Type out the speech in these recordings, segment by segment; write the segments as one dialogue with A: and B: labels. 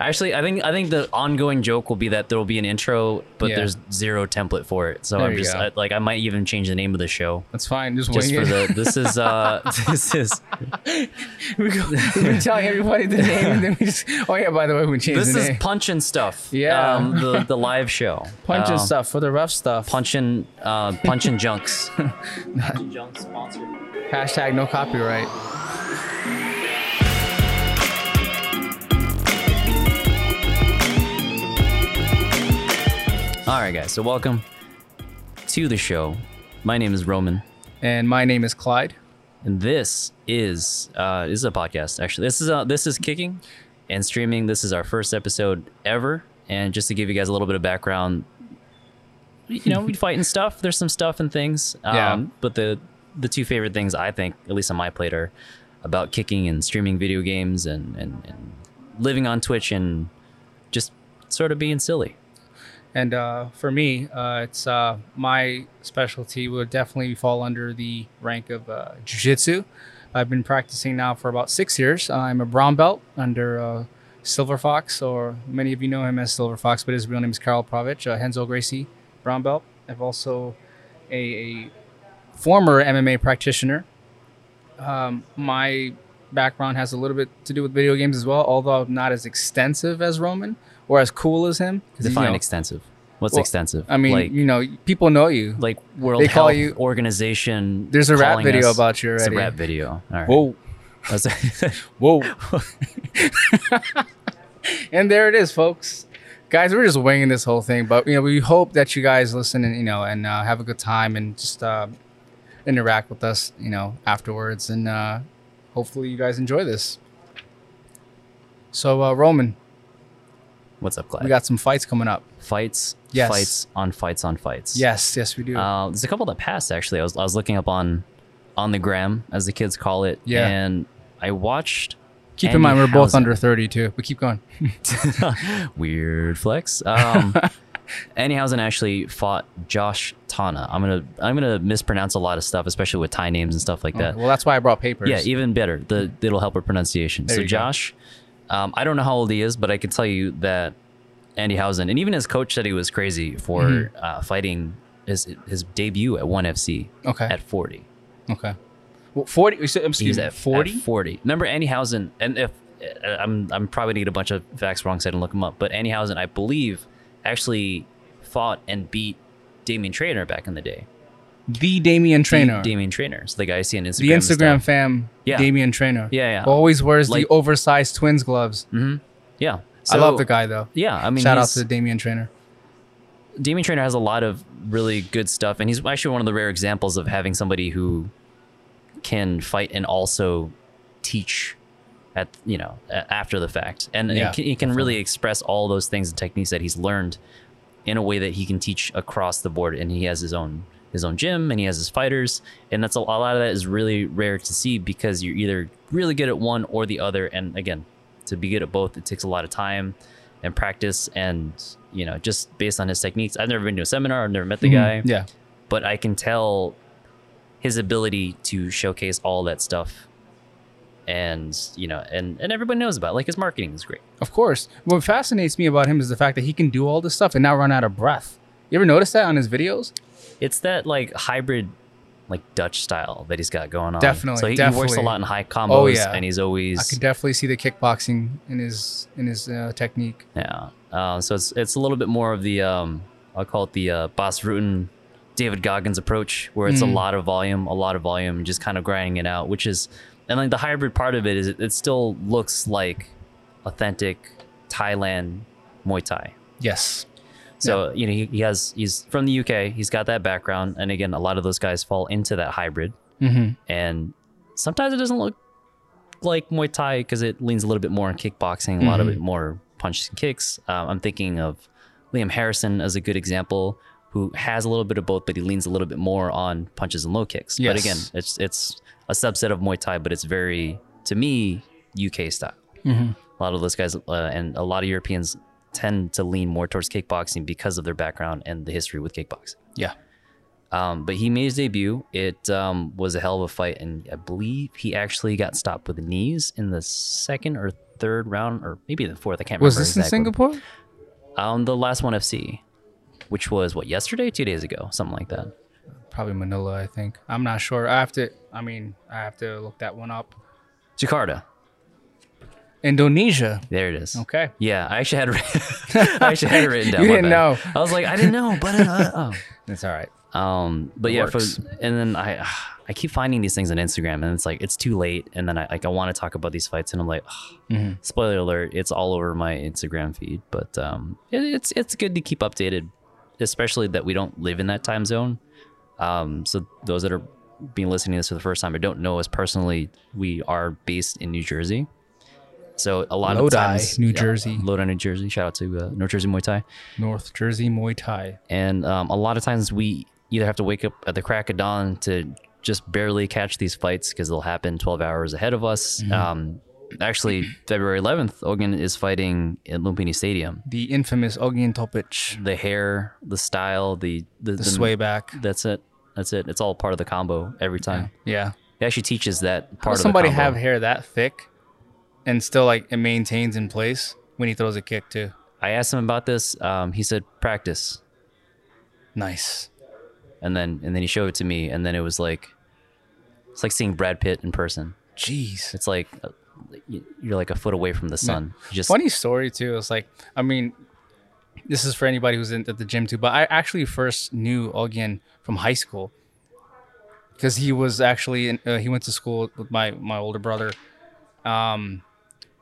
A: Actually, I think I think the ongoing joke will be that there will be an intro, but
B: Yeah.
A: there's zero template for it. So
B: There
A: I'm
B: you
A: just
B: go.
A: I, like I might even change the name of the show
B: That's fine. Just,
A: just
B: wing
A: for
B: it.
A: the. This is uh this is
B: we go, we've been telling everybody the name, and then we just. Oh yeah, by the way, we changed
A: this
B: the
A: is
B: name.
A: punch and stuff.
B: Yeah.
A: um, the the live show.
B: Punch
A: Um,
B: and stuff for the rough stuff.
A: Punch and uh, punch and junks. punch and junks sponsored.
B: Hashtag no copyright.
A: All right, guys. So welcome to the show. My name is Roman.
B: And my name is Clyde.
A: And this is uh, this is a podcast. Actually, this is uh, this is kicking and streaming. This is our first episode ever. And just to give you guys a little bit of background, you know, we fight and stuff. There's some stuff and things. Um,
B: Yeah.
A: But the the two favorite things I think, at least on my plate, are about kicking and streaming video games and and, and living on Twitch and just sort of being silly.
B: And uh, for me, uh, it's uh, my specialty would definitely fall under the rank of uh, jujitsu. I've been practicing now for about six years. I'm a brown belt under uh, Silver Fox, or many of you know him as Silver Fox, but his real name is Karl Pravich, uh, Henzo Gracie, brown belt. I've also a, a former MMA practitioner. Um, my background has a little bit to do with video games as well, although not as extensive as Roman or as cool as him. 'cause, you
A: Define
B: know,
A: extensive. What's
B: Well,
A: extensive?
B: I mean,
A: like,
B: you know, people know you.
A: like World
B: they call
A: Health
B: you-
A: Organization.
B: There's a rap
A: calling
B: video
A: us-
B: about you
A: It's a
B: already.
A: rap video. All right.
B: Whoa,
A: That's-
B: whoa. and there it is, folks. Guys, we're just winging this whole thing, but you know, we hope that you guys listen and you know and uh, have a good time and just uh, interact with us, you know, afterwards, and uh, hopefully you guys enjoy this. So, uh, Roman,
A: What's up, Clyde?
B: we got some fights coming up.
A: fights,
B: Yes.
A: fights on fights on fights.
B: Yes, yes, we do.
A: Uh, there's a couple that passed actually. I was I was looking up on on the gram as the kids call it.
B: Yeah.
A: And I watched.
B: keep in mind, we're both
A: Anyhausen.
B: under thirty too. But keep going.
A: Weird flex. Um, Anyhausen actually fought Josh Tana. I'm gonna I'm gonna mispronounce a lot of stuff, especially with Thai names and stuff like that.
B: Well, that's why I brought papers.
A: Yeah, even better. The it'll help with pronunciation.
B: There
A: so
B: you go.
A: Josh, um, I don't know how old he is, but I can tell you that Andy Housen and even his coach said he was crazy for
B: Mm-hmm.
A: uh, fighting his his debut at ONE FC
B: okay.
A: at forty.
B: Okay. Well, 40. you said-
A: He
B: Excuse
A: was
B: me.
A: at
B: 40?
A: At forty. Remember Andy Housen? And if uh, I'm I'm probably gonna get a bunch of facts wrong, so I didn't look him up. But Andy Housen, I believe, actually fought and beat Damien Trainer back in the day.
B: The Damien Trainer. The,
A: Damien Trainer, so the guy I see on Instagram. and stuff.
B: Instagram fam.
A: Yeah.
B: Damien Trainer.
A: Yeah, yeah.
B: Who always wears
A: Like-
B: the oversized twins gloves.
A: Yeah.
B: I love
A: So,
B: the guy though.
A: Yeah, I mean,
B: Shout out
A: he's-
B: to the Damien Trainer.
A: Damien Trainer has a lot of really good stuff, and he's actually one of the rare examples of having somebody who can fight and also teach at you know a- after the fact, and
B: Yeah,
A: he can, he can really express all those things and techniques that he's learned in a way that he can teach across the board, and he has his own his own gym and he has his fighters and that's a, a lot of that is really rare to see because you're either really good at one or the other and again to be good at both it takes a lot of time and practice and you know just based on his techniques i've never been to a seminar i've never met the guy
B: Mhm. Yeah.
A: but i can tell his ability to showcase all that stuff and you know and and everybody knows about it. like his marketing is great
B: Of course. What fascinates me about him is the fact that he can do all this stuff and not run out of breath. You ever notice that on his videos?
A: it's that like hybrid like dutch style that he's got going on
B: Definitely,
A: so he, he works a
B: definitely.
A: lot in high combos
B: Oh, yeah.
A: and he's
B: I
A: always
B: can definitely see the kickboxing in his in his uh, technique.
A: Yeah. Uh, so it's it's a little bit more of the um, I'll call it the uh, Boss Rutan, David Goggins approach, where it's a
B: Mm.
A: lot of volume, a lot of volume, just kind of grinding it out, which is and like the hybrid part of it is it, it still looks like authentic Thailand Muay Thai.
B: Yes.
A: So you know he, he has he's from the UK, he's got that background, and again a lot of those guys fall into that hybrid,
B: Mm-hmm.
A: and sometimes it doesn't look like Muay Thai because it leans a little bit more on kickboxing, a lot of it more punches and kicks. Um, I'm thinking of Liam Harrison as a good example, who has a little bit of both, but he leans a little bit more on punches and low kicks. But
B: Yes.
A: again, it's it's a subset of Muay Thai, but it's very to me UK style. A lot of those guys uh, and a lot of Europeans tend to lean more towards kickboxing because of their background and the history with kickboxing.
B: Yeah.
A: Um, but he made his debut. It um, was a hell of a fight, and I believe he actually got stopped with the knees in the second or third round or maybe the fourth. I can't
B: Was
A: remember.
B: this in
A: exactly.
B: Singapore?
A: Um, the last one FC, which was what yesterday, two days ago, something like that.
B: Probably Manila, I think. I'm not sure. I have to. I mean, I have to look that one up.
A: Jakarta.
B: Indonesia.
A: There it is.
B: Okay.
A: Yeah, I actually had it- I actually had it written down.
B: You
A: my
B: didn't
A: bad.
B: know.
A: I was like, I didn't know, but uh, oh.
B: That's all right.
A: Um, but
B: It
A: yeah, for,
B: works.
A: and then I I keep finding these things on Instagram, and it's like it's too late, and then I like I want to talk about these fights, and I'm like, ugh.
B: Mm-hmm.
A: spoiler alert, it's all over my Instagram feed. But um, it, it's it's good to keep updated, especially that we don't live in that time zone. Um, so those that are being listening to this for the first time or don't know us personally, we are based in New Jersey. So a lot of
B: Lodi,
A: the times,
B: New Jersey.
A: Lodi, New Jersey. Shout out to uh, North Jersey Muay Thai
B: North Jersey Muay Thai.
A: and um, a lot of times we either have to wake up at the crack of dawn to just barely catch these fights because they'll happen 12 hours ahead of us
B: Mm-hmm.
A: um, actually february 11th ogun is fighting at lumpini stadium
B: The infamous Ogian Topic.
A: the hair the style the the,
B: The sway back.
A: that's it that's it it's all part of the combo every time
B: Yeah.
A: it actually teaches that part
B: Does
A: of
B: somebody
A: the combo.
B: have hair that thick and still like it maintains in place when he throws a kick too?
A: i asked him about this um, he said practice
B: Nice.
A: and then and then he showed it to me and then it was like it's like seeing brad pitt in person
B: Jeez.
A: It's like uh, you- you're like a foot away from the sun. You Just
B: Funny story too. It's like I mean, this is for anybody who's in, at the gym too. But I actually first knew Ogien from high school because he was actually in, uh, he went to school with my my older brother, um,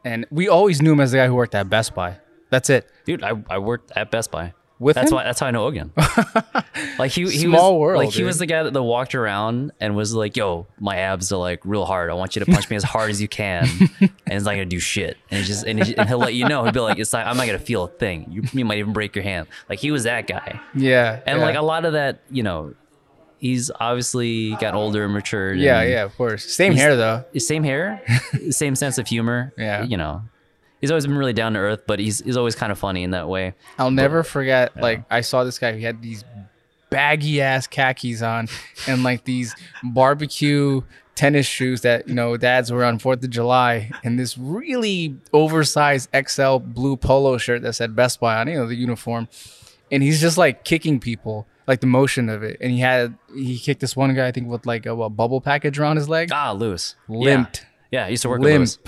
B: and we always knew him as the guy who worked at Best Buy. That's it.
A: dude, I, I worked at Best Buy.
B: With
A: that's
B: him?
A: why that's how I know Ogun. like he, he
B: Small
A: was,
B: world,
A: Like he was
B: dude.
A: the guy that, that walked around and was like, "Yo, my abs are like real hard. I want you to punch me as hard as you can, and it's not gonna do shit." And it's just and, it's- and he'll let you know. He'll be like, "It's not, I'm not gonna feel a thing. You, you might even break your hand." Like he was that guy.
B: Yeah.
A: And
B: yeah.
A: like a lot of that, you know, he's obviously got older and matured.
B: yeah,
A: and-
B: yeah, of course. Same hair though.
A: same hair, same sense of humor.
B: Yeah.
A: You know, he's always been really down to earth, but he's, he's always kind of funny in that way.
B: I'll never forget. Like I saw this guy who had these baggy ass khakis on and like these barbecue tennis shoes that you know dads were on Fourth of July and this really oversized XL blue polo shirt that said Best Buy on you know the uniform, and he's just like kicking people. Like the motion of it, and he had he kicked this one guy I think with like a, what, bubble package around his leg.
A: Ah, Lewis.
B: Limped.
A: Yeah. yeah I used to work with
B: Limp.
A: Lewis.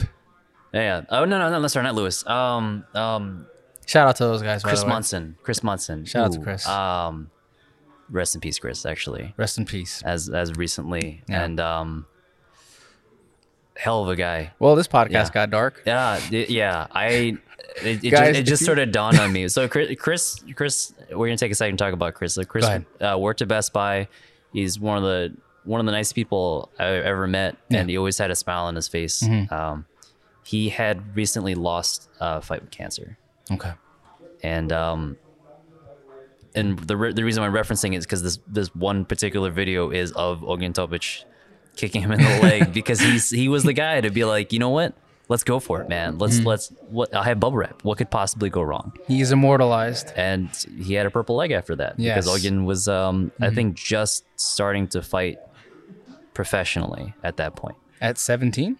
A: Yeah. yeah. Oh, no, no, no, no, sorry, not Lewis. Um, um,
B: Shout out to those guys. by
A: Chris
B: the way.
A: Munson. Chris Munson.
B: Shout out to Chris.
A: Um, rest in peace, Chris, actually,
B: Rest in peace.
A: as, as recently.
B: Yeah.
A: And, um, hell of a guy.
B: Well, this podcast
A: Yeah.
B: got dark.
A: Yeah, it- yeah. I it, it
B: Guys,
A: just, it
B: if
A: just
B: you-
A: sort of dawned on me. So Chris, Chris, Chris, we're gonna take a second to talk about Chris. So Chris
B: ahead.
A: uh, worked at Best Buy. He's one of the one of the nice people I ever met, and he always had a smile on his face.
B: Mm-hmm.
A: Um, he had recently lost a fight with cancer,
B: Okay.
A: and um, and the re- the reason I'm referencing it is because this this one particular video is of Ogun Topic kicking him in the leg because he's he was the guy to be like, you know what, let's go for it, man. Let's let's what I have bubble wrap. What could possibly go wrong?
B: He is immortalized.
A: And he had a purple leg after that
B: Yes.
A: because Ogun was um I think just starting to fight professionally at that point.
B: At 17?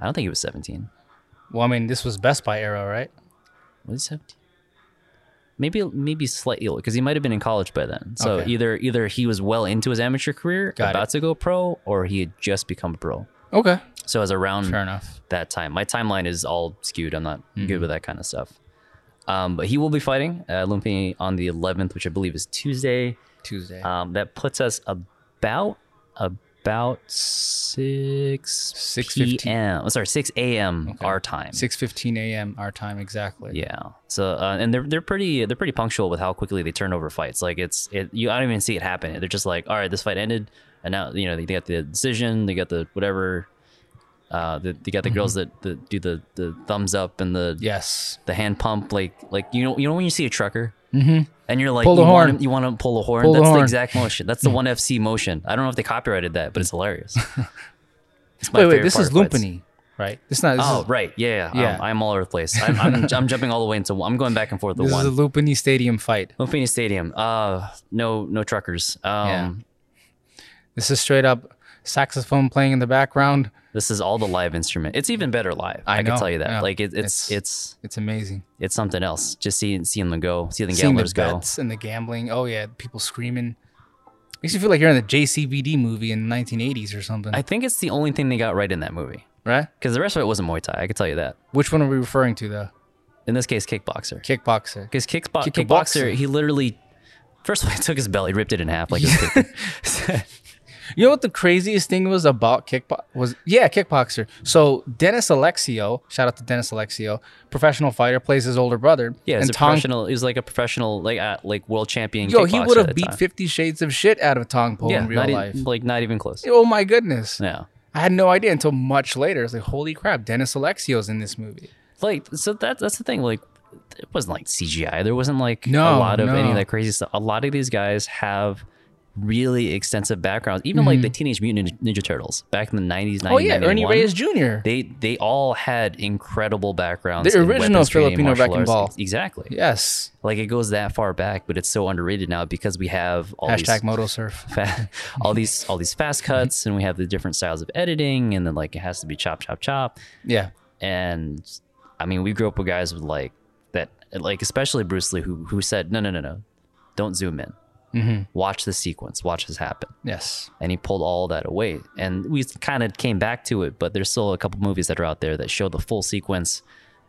A: I don't think he was 17.
B: Well, I mean, this was Best Buy era, right?
A: Was he 17? Maybe maybe slightly because he might have been in college by then. So
B: Okay.
A: either either he was well into his amateur career,
B: Got it.
A: about to go pro, or he had just become pro.
B: Okay.
A: So as around
B: Fair enough.
A: that time, my timeline is all skewed. I'm not good
B: Mm-hmm.
A: with that kind of stuff. Um, but he will be fighting uh, Lumpini on the 11th, which I believe is Tuesday.
B: Tuesday.
A: Um, that puts us about about six
B: 6:15.
A: p.m. oh, Sorry, six a.m. our time.
B: 6:15 a.m. our time exactly.
A: Yeah. So uh, and they're they're pretty they're pretty punctual with how quickly they turn over fights. Like it's it you I don't even see it happen. They're just like, all right, this fight ended, and now you know they, they got the decision, they got the whatever, uh, they, they got the girls
B: Mm-hmm.
A: that, that do the the thumbs up and the
B: Yes.
A: the hand pump. Like like you know you know when you see a trucker. And you're like,
B: Mm-hmm. Pull the
A: you
B: horn.
A: Want to, you want to pull a horn?
B: Pull the
A: That's the,
B: horn.
A: exact motion. That's the one FC motion. I don't know if they copyrighted that, but it's hilarious. It's my
B: Wait, wait,
A: favorite
B: this
A: part
B: is
A: of fights.
B: Lumpini, right? This is not this
A: Oh
B: is
A: right, yeah, yeah.
B: Yeah.
A: I'm, I'm all over the place. I'm, I'm, I'm jumping all the way into. I'm going back and forth with
B: this
A: one.
B: is a Lumpini stadium fight.
A: Lumpini Stadium. Uh, no, no truckers. Um,
B: This is straight up saxophone playing in the background,
A: This is all the live instrument. It's even better live.
B: I
A: I,
B: know,
A: can tell you that.
B: yeah.
A: Like it, it's,
B: It's-
A: it's it's
B: It's amazing.
A: something else. Just seeing seeing them go, see the
B: Seeing the
A: gamblers go.
B: bets and the gambling. Oh yeah, people screaming. Makes you feel like you're in the JCVD movie in the 1980s or something,
A: I think it's the only thing they got right in that movie
B: right?
A: because the rest of it wasn't Muay Thai. I can tell you that.
B: Which one are we referring to though?
A: In this case, kickboxer.
B: Kickboxer.
A: Because kickbo-
B: Kickboxer.
A: kickboxer, he literally first of all, he took his belt, he ripped it in half like. his kick-
B: You know what the craziest thing was about kickbox was yeah, kickboxer. So Dennis Alexio, shout out to Dennis Alexio, professional fighter, plays his older brother.
A: Yeah, he's
B: and
A: a
B: Tong.
A: professional. He was like a professional, like uh, like world champion.
B: Yo, he
A: kickboxer
B: would
A: at
B: have
A: the
B: beat
A: time.
B: Fifty Shades of Shit out of Tong Po
A: yeah,
B: in real
A: not e-
B: life.
A: like not even close.
B: oh my goodness,
A: No,
B: I had no idea until much later. It's like holy crap, Dennis Alexio's in this movie.
A: like so that that's the thing. Like it wasn't like CGI. There wasn't like
B: No,
A: a lot of any
B: no.
A: of that crazy stuff. A lot of these guys have really extensive backgrounds. Even like the Teenage Mutant Ninja, Ninja Turtles back in the nineties.
B: Mm-hmm. Oh yeah, Ernie Reyes Jr.
A: They they all had incredible backgrounds.
B: The
A: in
B: original
A: weapons training,
B: Filipino
A: martial
B: wrecking
A: arts.
B: ball.
A: Exactly.
B: yes,
A: Like it goes that far back, but it's so underrated now because we have all these
B: hashtag Mm-hmm. Moto Surf.
A: fa- all these all these fast cuts and we have the different styles of editing and then like it has to be chop chop chop
B: Yeah,
A: and i mean we grew up with guys with like that like especially bruce lee who who said no no no no don't zoom in
B: Mhm.
A: watch the sequence watch this happen
B: yes,
A: and he pulled all that away and we kind of came back to it but there's still a couple movies that are out there that show the full sequence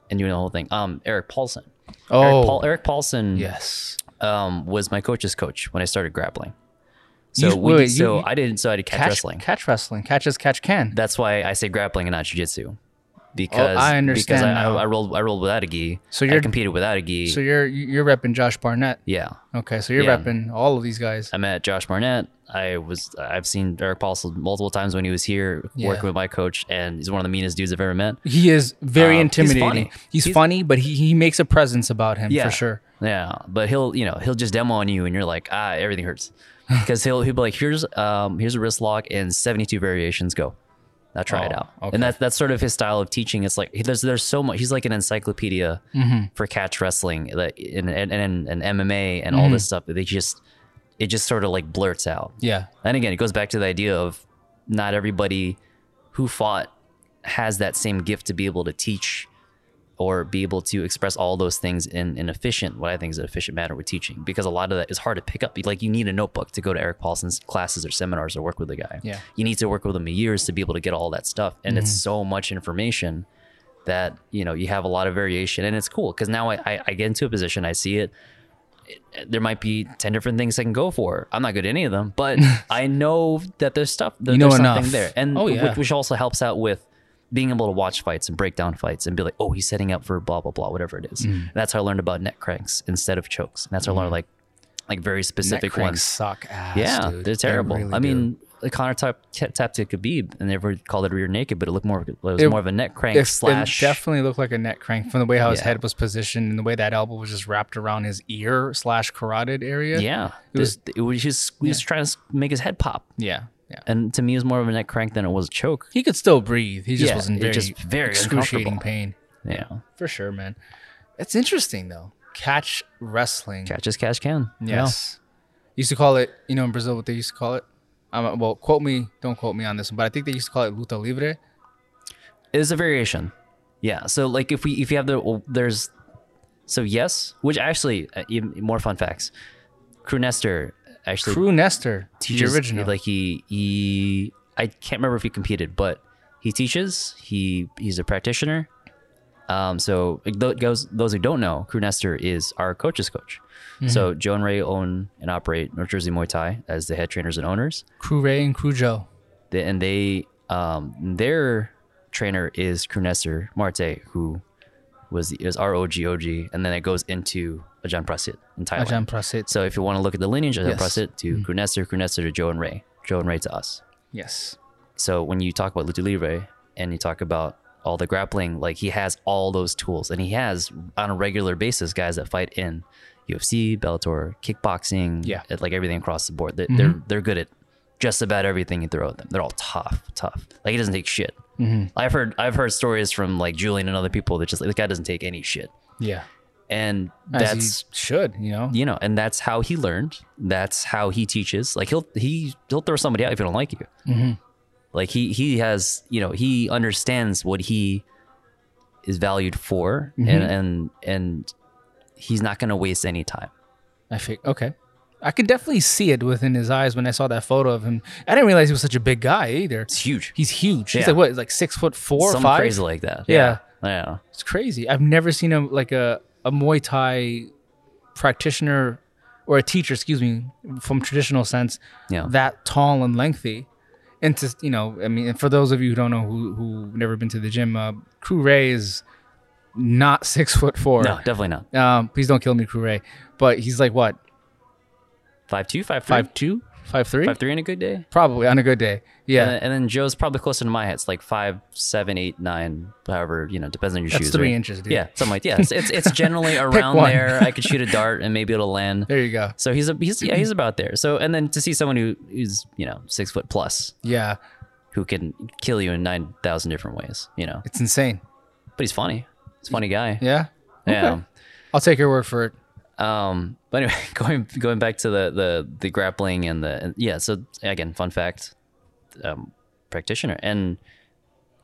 A: and doing the whole thing um eric paulson
B: Oh.
A: eric, Paul, eric paulson
B: yes.
A: um, was my coach's coach when i started grappling so
B: You-
A: we
B: wait,
A: did-
B: wait, you-
A: so
B: you-
A: i didn't so i did catch, wrestling
B: catch wrestling, catch as catch can.
A: that's why I say grappling and not jujitsu. Because
B: Oh, I
A: Because
B: understand
A: I, I,
B: now.
A: I rolled I rolled without a gi.
B: So
A: So you
B: you're-
A: competed without a gi.
B: So you're you're repping Josh Barnett.
A: yeah,
B: Okay, so you're
A: Yeah.
B: repping all of these guys.
A: I met Josh Barnett. I was I've seen Eric Paulson multiple times when he was here
B: Yeah.
A: working with my coach, and he's one of the meanest dudes I've ever met.
B: He is very
A: Um, he's
B: intimidating.
A: funny.
B: He's funny,
A: He's-
B: but he, he makes a presence about him
A: Yeah.
B: for sure.
A: Yeah, but he'll you know he'll just demo on you, and you're like ah everything hurts because he'll he'll be like here's um here's a wrist lock and 72 variations go. Now try it
B: Oh,
A: out,
B: okay.
A: and that's that's sort of his style of teaching. It's like he- there's there's so much. He's like an encyclopedia
B: Mm-hmm.
A: for catch wrestling, like and and, and, and MMA and all
B: Mm-hmm.
A: this stuff. They just it just sort of like blurts out.
B: Yeah.
A: And again, it goes back to the idea of not everybody who fought has that same gift to be able to teach or be able to express all those things in an efficient, what I think is an efficient manner with teaching, because a lot of that is hard to pick up. Like you need a notebook to go to Eric Paulson's classes or seminars or work with a guy.
B: Yeah.
A: You need to work with him years to be able to get all that stuff. And it's so much information that, you know, you have a lot of variation and it's cool. Cause now I, I, I get into a position, I see it, there might be 10 different things I can go for. I'm not good at any of them, but I know that there's stuff, that
B: You know
A: there's
B: enough.
A: something there. And
B: Oh, yeah.
A: which, which also helps out with being able to watch fights and break down fights and be like, oh, he's setting up for blah, blah, blah, whatever it is.
B: Mm.
A: And that's how I learned about neck cranks instead of chokes. And that's how I learned like, like very
B: Neck
A: specific
B: cranks
A: ones.
B: suck ass.
A: Yeah,
B: dude.
A: they're
B: They
A: terrible.
B: really
A: I
B: do.
A: mean, the Connor tap, t- tapped to Khabib and they were called it rear naked, but it looked more, it was
B: It-
A: more of a neck crank
B: It- it,
A: slash.
B: definitely looked like a neck crank from the way how his
A: Yeah.
B: head was positioned and the way that elbow was just wrapped around his ear slash carotid area.
A: yeah.
B: It
A: It
B: was-
A: was, it was just, he was trying to make his head pop.
B: Yeah. Yeah.
A: And to me, it was more of a neck crank than it was a choke.
B: He could still breathe. He just
A: Yeah,
B: was in
A: it
B: very,
A: just very
B: excruciating
A: uncomfortable.
B: pain.
A: Yeah.
B: For sure, man. It's interesting though. Catch wrestling.
A: Catch as cash can.
B: Yes. Used to call it, you know, in Brazil, what they used to call it. Um, well, quote me, don't quote me on this one, but I think they used to call it luta libre.
A: Yeah. It's a variation. Yeah. So like if we if you have the well, there's so yes, which actually uh, even more fun facts. Crew Nestor actually
B: Crew Nestor,
A: teaches
B: the original.
A: like he he I can't remember if he competed, but he teaches. He he's a practitioner. Um, so it tho- goes those who don't know, Crew Nestor is our coach's coach.
B: Mm-hmm.
A: So Joe and Ray own and operate North Jersey Muay Thai as the head trainers and owners.
B: Crew Ray and Crew Joe.
A: They- and they um their trainer is Kunesser Marte, who was is our OG OG, and then it goes into Ajahn Prasit in Thailand.
B: Ajahn Prasit.
A: So if you want to look at the lineage, Ajahn
B: Yes. Mm-hmm.
A: Prasit to Kunesser, Kunesser to Joe and Ray, Joe and Ray to us.
B: Yes.
A: So when you talk about Lucha Libre and you talk about all the grappling, like he has all those tools, and he has on a regular basis guys that fight in UFC, Bellator, kickboxing,
B: Yeah. Mm-hmm.
A: at, like everything across the board. They, They're they're good at just about everything you throw at them. They're all tough, tough. Like he doesn't take shit.
B: Mm-hmm.
A: I've heard I've heard stories from like Julian and other people that just like this guy doesn't take any shit,
B: Yeah.
A: and
B: As
A: that's
B: he should, you know?
A: you know, and that's how he
B: Mm-hmm.
A: learned. That's how he teaches. Like he'll he he'll throw somebody out if you don't like you. Like he he has you know he understands what he is valued for,
B: Mm-hmm.
A: and and and he's not going to waste any time.
B: I think okay. I could definitely see it within his eyes when I saw that photo of him. I didn't realize he was such a big guy either.
A: It's huge.
B: He's huge. He's
A: Yeah.
B: like what, like six foot four or
A: Something
B: five?
A: crazy like that.
B: Yeah.
A: Yeah.
B: It's crazy. I've never seen a like a, a Muay Thai practitioner or a teacher, excuse me, from traditional sense,
A: Yeah.
B: that tall and lengthy. And to you know, I mean, for those of you who don't know who who never been to the gym, uh, Crew Ray is not six foot four.
A: No, definitely not.
B: Um, please don't kill me, Crew Ray. But he's like what
A: Five two, five three,
B: five two, five three,
A: five Uh, three in a good day.
B: probably on a good day.
A: And,
B: Yeah,
A: then, and then Joe's probably closer to my height. It's like five, seven, eight, nine, however, you know, depends on your
B: that's
A: shoes.
B: three
A: right?
B: inches, dude.
A: Yeah, something like yeah. It's it's, it's generally around
B: one.
A: there. I could shoot a dart and maybe it'll land.
B: there you go.
A: So he's a he's yeah he's about there. So and then to see someone who is you know six foot plus
B: Yeah,
A: who can kill you in nine thousand different ways, you know.
B: it's insane.
A: But he's funny. He's a funny guy.
B: Yeah,
A: Yeah.
B: Okay. I'll take your word for it.
A: Um. But anyway, going going back to the the the grappling and the and yeah. So again, fun fact, um, practitioner and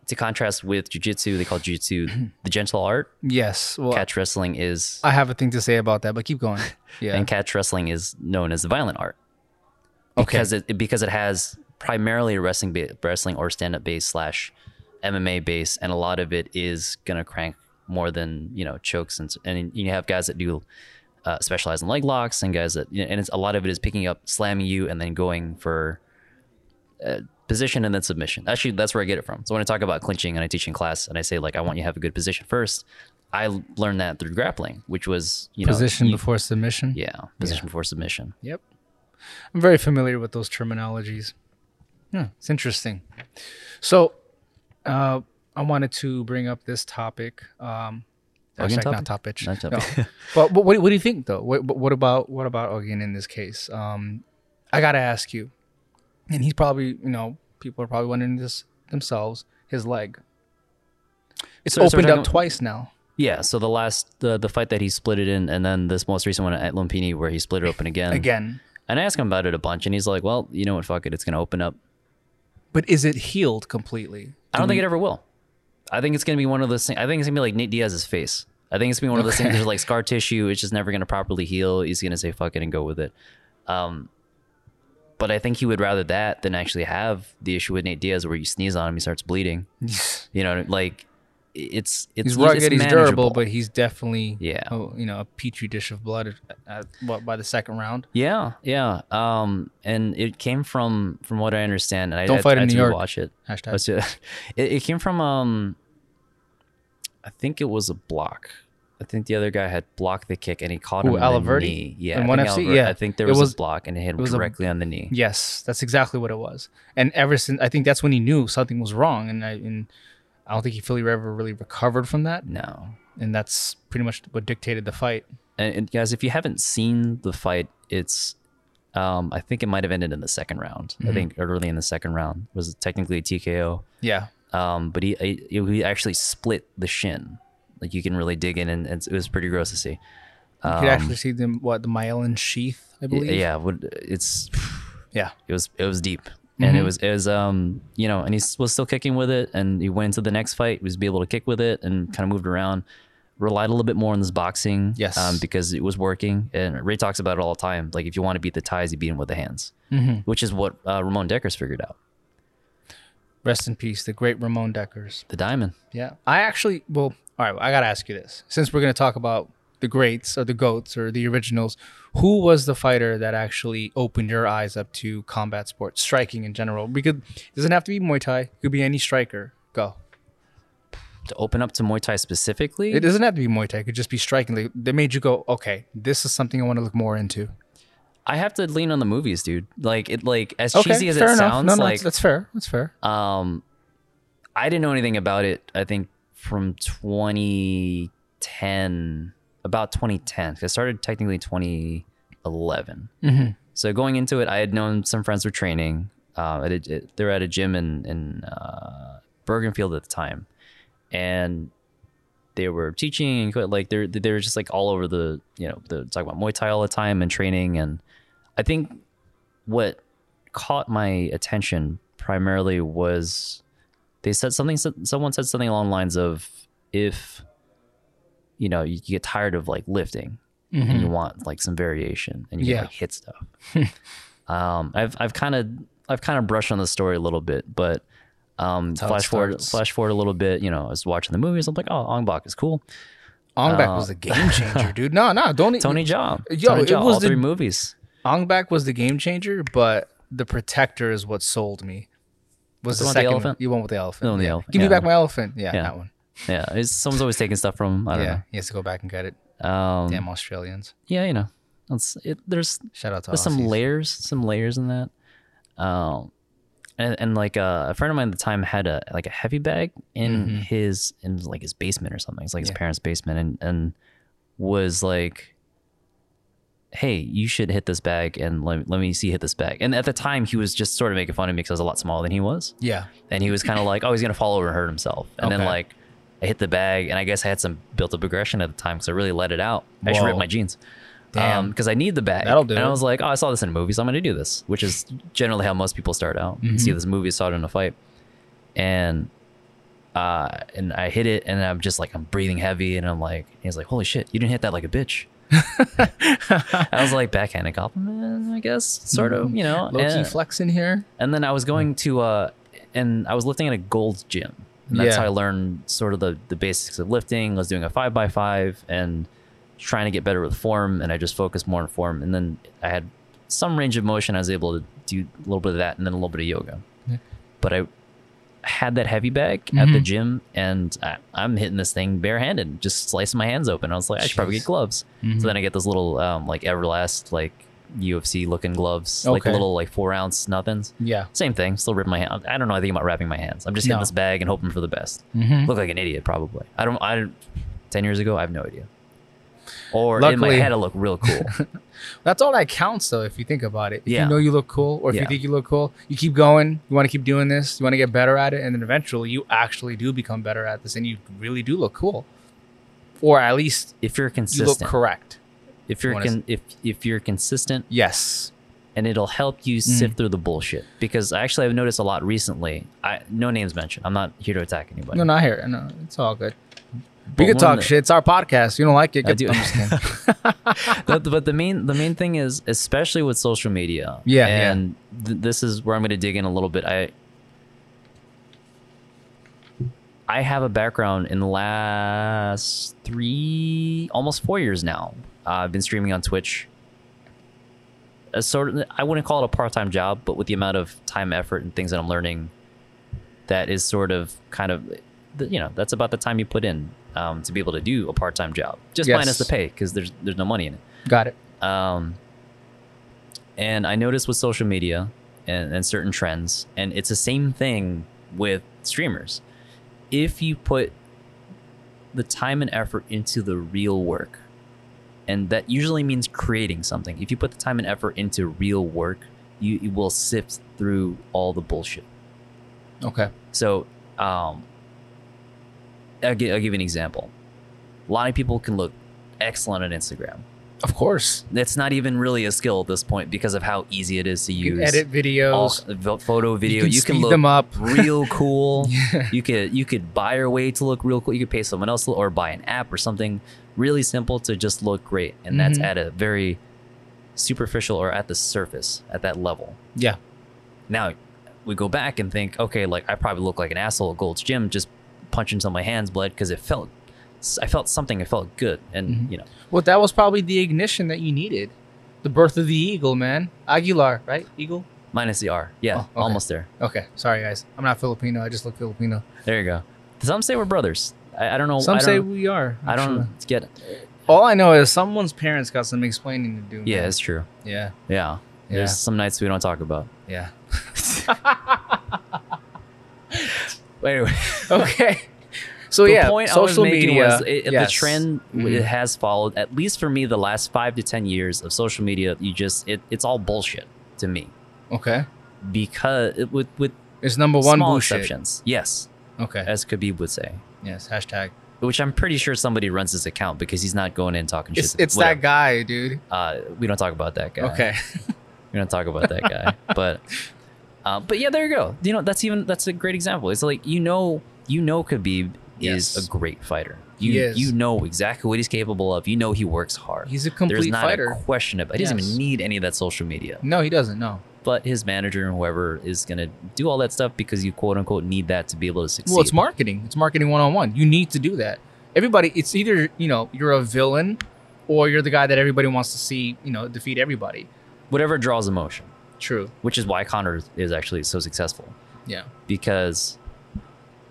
A: to contrast with jujitsu, they call jujitsu the gentle art.
B: Yes. Well,
A: Catch wrestling is
B: I have a thing to say about that, but keep going. Yeah.
A: and catch wrestling is known as the violent art
B: okay.
A: because it because it has primarily wrestling ba- wrestling or stand up base slash MMA base, and a lot of it is gonna crank more than you know chokes and s- and you have guys that do uh, specialize in leg locks and guys that you know, and it's a lot of it is picking up slamming you and then going for uh, position and then submission. Actually, that's where I get it from. So when I talk about clinching and I teach in class and I say like I want you to have a good position first, I l- learned that through grappling, which was you know
B: Position
A: you-
B: before submission.
A: yeah position before submission.
B: Yep. I'm very familiar with those terminologies. Yeah, it's interesting. So, uh, I wanted to bring up this topic. Um,
A: Again,
B: hashtag not topic.
A: Not
B: No.
A: topic.
B: but, but what, do- what do you think though? What, what about what about Ogin in this case? Um, I gotta ask you, and he's probably you know people are probably wondering this themselves. His leg. It's
A: So- so we're
B: opened
A: talking-
B: up twice now.
A: Yeah, so the last the the fight that he split it in, and then this most recent one at Lumpini where he split it open again.
B: Again,
A: And I asked him about it a bunch, and he's like, "Well, you know what? Fuck it. It's gonna open up.
B: But is it healed completely?
A: I don't think it ever will. I think it's gonna be one of those things. I think it's gonna be like Nate Diaz's face. I think it's gonna be one of those things. There's like scar tissue. It's just never gonna properly heal. He's gonna say fuck it and go with it. Um, but I think he would rather that than actually have the issue with Nate Diaz where you sneeze on him, he starts bleeding.
B: he's
A: You know, like it's it's
B: rugged,
A: it's
B: he's
A: manageable.
B: durable, but he's definitely
A: Yeah.
B: oh, you know, a petri dish of blood. At, at, what by the second round?
A: Yeah, yeah. Um, and it came from from what I understand. And I
B: Don't
A: I-
B: fight
A: I had
B: in New
A: to
B: York.
A: Watch it. I
B: Hashtag.
A: was ju- it. It came from um. I think it was a block. I think the other guy had blocked the kick and he caught
B: Who,
A: him on the
B: Alaverde?
A: knee. Yeah,
B: In
A: I
B: 1FC?
A: think Alaverde-
B: Yeah.
A: I think there
B: It
A: was,
B: was-
A: a block and it hit him
B: was a-
A: directly on the knee.
B: Yes, that's exactly what it was. And ever since, I think that's when he knew something was wrong, and I and I don't think he fully ever really recovered from that,
A: No,
B: and that's pretty much what dictated the fight.
A: and, and guys, if you haven't seen the fight, it's. Um, I think it might have ended in the second round.
B: Mm-hmm.
A: I think early in the second round was technically a TKO.
B: Yeah,
A: um, but he, he he actually split the shin. Like you can really dig in, and, it's it was pretty gross to see.
B: you could actually see the what the myelin sheath, I believe.
A: Um, Yeah, would- it's
B: yeah.
A: it was it was deep, and
B: Mm-hmm.
A: it was it was um you know, and he s- was still kicking with it, and he went into the next fight was be able to kick with it, and kind of moved around, relied a little bit more on this boxing,
B: Yes.
A: um, because it was working. And Ray talks about it all the time. Like if you want to beat the ties, you beat him with the hands,
B: Mm-hmm.
A: which is what uh, Ramon Decker's figured out.
B: Rest in peace, the great Ramon Deckers.
A: The diamond.
B: Yeah. I actually, well, all right, I got to ask you this. Since we're going to talk about the greats or the goats or the originals, who was the fighter that actually opened your eyes up to combat sports, striking in general? We could, it doesn't have to be Muay Thai, it could be any striker. Go.
A: To open up to Muay Thai specifically,
B: It doesn't have to be Muay Thai, it could just be striking. Like, They made you go, okay, this is something I want to look more into.
A: I have to lean on the movies, dude. Like it, like as
B: Okay,
A: cheesy as it
B: fair enough.
A: sounds,
B: no, no,
A: like
B: that's, that's fair. That's fair.
A: um, I didn't know anything about it. I think from 2010, about 2010. 'cause I started technically 2011. So going into it, I had known some friends were training. Uh, at a, they were at a gym in in uh, Bergenfield at the time, and they were teaching and co- like they're they were just like all over the you know the talking about Muay Thai all the time and training and I think what caught my attention primarily was they said something someone said something along the lines of if you know you get tired of like lifting
B: Mm-hmm.
A: and you want like some variation and you can
B: Yeah.
A: like hit stuff um i've i've kind of i've kind of brushed on the story a little bit but um
B: how it
A: flash forward
B: starts.
A: flash forward a little bit you know i was watching the movies i'm like oh ongbok is cool
B: Ongback
A: uh,
B: was a game changer, dude. No, no, don't. e-,
A: tony Jaa,
B: Yo,
A: tony
B: it
A: Jaa,
B: was
A: all
B: the-
A: three movies
B: Ongback was the game changer, but the Protector is what sold me. Was
A: The one with the
B: the, second
A: elephant?
B: You won with the elephant.
A: The one with the
B: yeah.
A: elephant,
B: Give
A: yeah.
B: me back my elephant. Yeah,
A: Yeah.
B: that one.
A: yeah it's, someone's always taking stuff from i don't
B: Yeah, he has to go back and get it.
A: know um
B: Damn Australians.
A: yeah you know it's, it, there's
B: Shout out to
A: there's some
B: Aussies.
A: layers, some layers in that. Um, and, and like uh, a friend of mine at the time had a like a heavy bag in his in like his basement or something. It's like his
B: Mm-hmm. Yeah.
A: parents' basement, and and was like, "Hey, you should hit this bag, and let let me see you hit this bag." And at the time, he was just sort of making fun of me because I was a lot smaller than he was,
B: Yeah.
A: and he was kind of like, "Oh, he's gonna fall over and hurt himself," and then
B: Okay.
A: like. I hit the bag, and I guess I had some built-up aggression at the time because I really let it out. I just
B: Whoa.
A: ripped my jeans
B: Damn.
A: because I need the bag.
B: That'll do
A: And I
B: it.
A: was like, oh, I saw this in a movie, so I'm going to do this, which is generally how most people start out.
B: Mm-hmm.
A: See this movie, saw it in a fight, and uh, and I hit it, and I'm just like, I'm breathing heavy, and I'm like, he's like, holy shit, you didn't hit that like a bitch. I was like, backhanded compliment, I guess, sort
B: Mm-hmm.
A: of, you know.
B: Low key
A: and-
B: flex in here.
A: and then I was
B: Hmm.
A: going to, uh, and I was lifting at a Gold's Gym. And that's
B: Yeah.
A: how I learned sort of the, the basics of lifting. I was doing a five by five and trying to get better with form. And I just focused more on form. And then I had some range of motion. I was able to do a little bit of that and then a little bit of yoga.
B: Yeah.
A: But I had that heavy bag at the
B: Mhm.
A: gym and I, I'm hitting this thing barehanded, just slicing my hands open. I was like, I should probably
B: Jeez. Mm-hmm.
A: get gloves. So then I get those little um, like Everlast, like UFC looking gloves, like
B: Okay.
A: little like four ounce nothings.
B: Yeah.
A: Same thing. Still ripping my hand. I don't know anything about wrapping my hands. I'm just hitting
B: No. Hmm.
A: this bag and hoping for the best.
B: Mm-hmm.
A: Look like an idiot, probably. I don't. I don't- ten years ago, I have no idea. Or in my
B: Luckily-
A: head, I look real cool.
B: That's all that counts, though, if you think about it. If
A: Yeah.
B: you know you look cool, or if
A: Yeah.
B: you think you look cool, you keep going. You want to keep doing this. You want to get better at it, and then eventually you actually do become better at this, and you really do look cool, or at least
A: if you're
B: you look
A: consistent,
B: correct.
A: if you're
B: Wanna
A: con- if if you're consistent,
B: Yes.
A: and it'll help you
B: Hmm.
A: sift through the bullshit. Because actually, I've noticed a lot recently. I no names mentioned. I'm not here to attack anybody.
B: No, not here. No, it's all good.
A: But
B: we could
A: one
B: talk
A: that-
B: shit. It's our podcast. You don't like it?
A: I
B: Get
A: do.
B: I'm just kidding.
A: but, but the main the main thing is especially with social media
B: Yeah, yeah.
A: and Th- this is where i'm going to dig in a little bit i i have a background in the last three almost four years now uh, i've been streaming on twitch a sort of i wouldn't call it a part-time job but with the amount of time effort and things that i'm learning that is sort of kind of th- you know that's about the time you put in um, to be able to do a part-time job just
B: Yes.
A: minus the pay because there's there's no money in it
B: Got it.
A: um, and I noticed with social media and, and certain trends, and it's the same thing with streamers. If you put the time and effort into the real work, and that usually means creating something, if you put the time and effort into real work, you, you will sift through all the bullshit.
B: Okay.
A: So, um, I'll, gi- I'll give you an example. A lot of people can look excellent on Instagram
B: Of course.
A: that's not even really a skill at this point because of how easy it is to
B: You
A: use.
B: can edit videos.
A: all vo- photo, video.
B: you can speed
A: look
B: them up.
A: real cool.
B: Yeah.
A: You could you could buy your way to look real cool. You could pay someone else to- or buy an app or something really simple to just look great, and that's
B: Mhm.
A: at a very superficial or at the surface at that level.
B: Yeah.
A: Now we go back and think, okay, like I probably look like an asshole at Gold's Gym just punching till my hands bled because it felt I felt something. It felt good, and
B: Mhm.
A: you know.
B: Well, that was probably the ignition that you needed. The birth of the eagle, man. Aguilar, right? Eagle?
A: Minus the R. Yeah,
B: Oh, okay.
A: almost there.
B: Okay. Sorry, guys. I'm not Filipino. I just look Filipino.
A: There you go. Some say we're brothers. I, I don't know. I
B: Some
A: don't,
B: say we are.
A: I
B: actually.
A: don't get.
B: All I know is someone's parents got some explaining to do. man.
A: Yeah, it's true.
B: Yeah.
A: Yeah. There's
B: Yeah.
A: some nights we don't talk about.
B: Yeah.
A: But Anyway,
B: Okay. So
A: the
B: yeah,
A: point
B: social
A: I was making
B: media.
A: was it,
B: yes. Mm-hmm.
A: the trend it has followed at least for me the last five to ten years of social media. You just it, it's all bullshit to me
B: Okay.
A: because it, with with
B: It's number one
A: small
B: bullshit.
A: exceptions. Yes,
B: Okay.
A: as Khabib would say,
B: Yes. Hashtag.
A: which I'm pretty sure somebody runs his account because he's not going in talking
B: It's
A: shit.
B: it's that guy, dude.
A: guy. Uh, we don't talk about that guy.
B: Okay.
A: We don't talk about that guy. but Uh, but yeah, there you go. You know, that's even that's a great example. It's like you know, you know, Khabib
B: Yes.
A: is a great fighter.
B: He
A: You
B: is.
A: you know exactly what he's capable of. You know he works hard.
B: He's a
A: There's
B: complete
A: not
B: fighter.
A: a question about. He doesn't
B: Yes.
A: even need any of that social media.
B: no, he doesn't. No.
A: But his manager and whoever is gonna do all that stuff because you quote unquote need that to be able to succeed.
B: Well, it's marketing. It's marketing one on one. You need to do that. Everybody, it's either you know you're a villain, or you're the guy that everybody wants to see you know defeat everybody.
A: whatever draws emotion,
B: True.
A: which is why Connor is actually so successful
B: Yeah.
A: because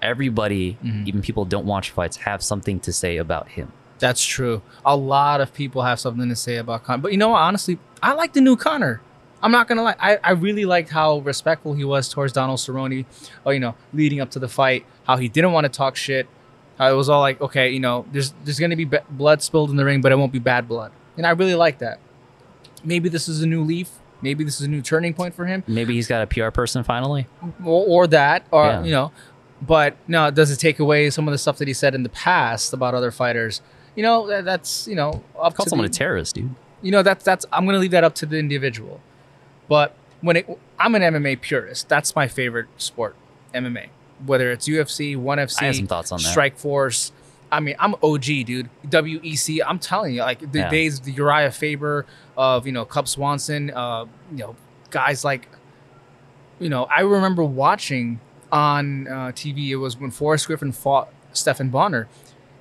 A: everybody,
B: Mhm.
A: even people who don't watch fights, have something to say about him.
B: That's true. A lot of people have something to say about Connor, but you know what? Honestly, I like the new Connor. I'm not gonna lie. I, I really liked how respectful he was towards Donald Cerrone. Or you know, leading up to the fight, how he didn't want to talk shit. How it was all like, okay, you know, there's there's gonna be b- blood spilled in the ring, but it won't be bad blood. And I really like that. Maybe this is a new leaf. Maybe this is a new turning point for him,
A: Maybe he's got a PR person finally.
B: or, or that, or
A: Yeah.
B: you know. But no, does it take away some of the stuff that he said in the past about other fighters? You know, that, that's you know up
A: Call
B: to
A: someone
B: the-
A: a terrorist, dude.
B: you know that's that's i'm gonna leave that up to the individual but when it i'm an mma purist that's my favorite sport mma whether it's ufc one
A: I have some
B: fc
A: thoughts on that.
B: strike force i mean i'm og dude wec i'm telling you like the
A: Yeah.
B: days of the uriah faber of you know cub swanson uh you know guys like you know i remember watching on uh, tv it was when forrest griffin fought stephen bonner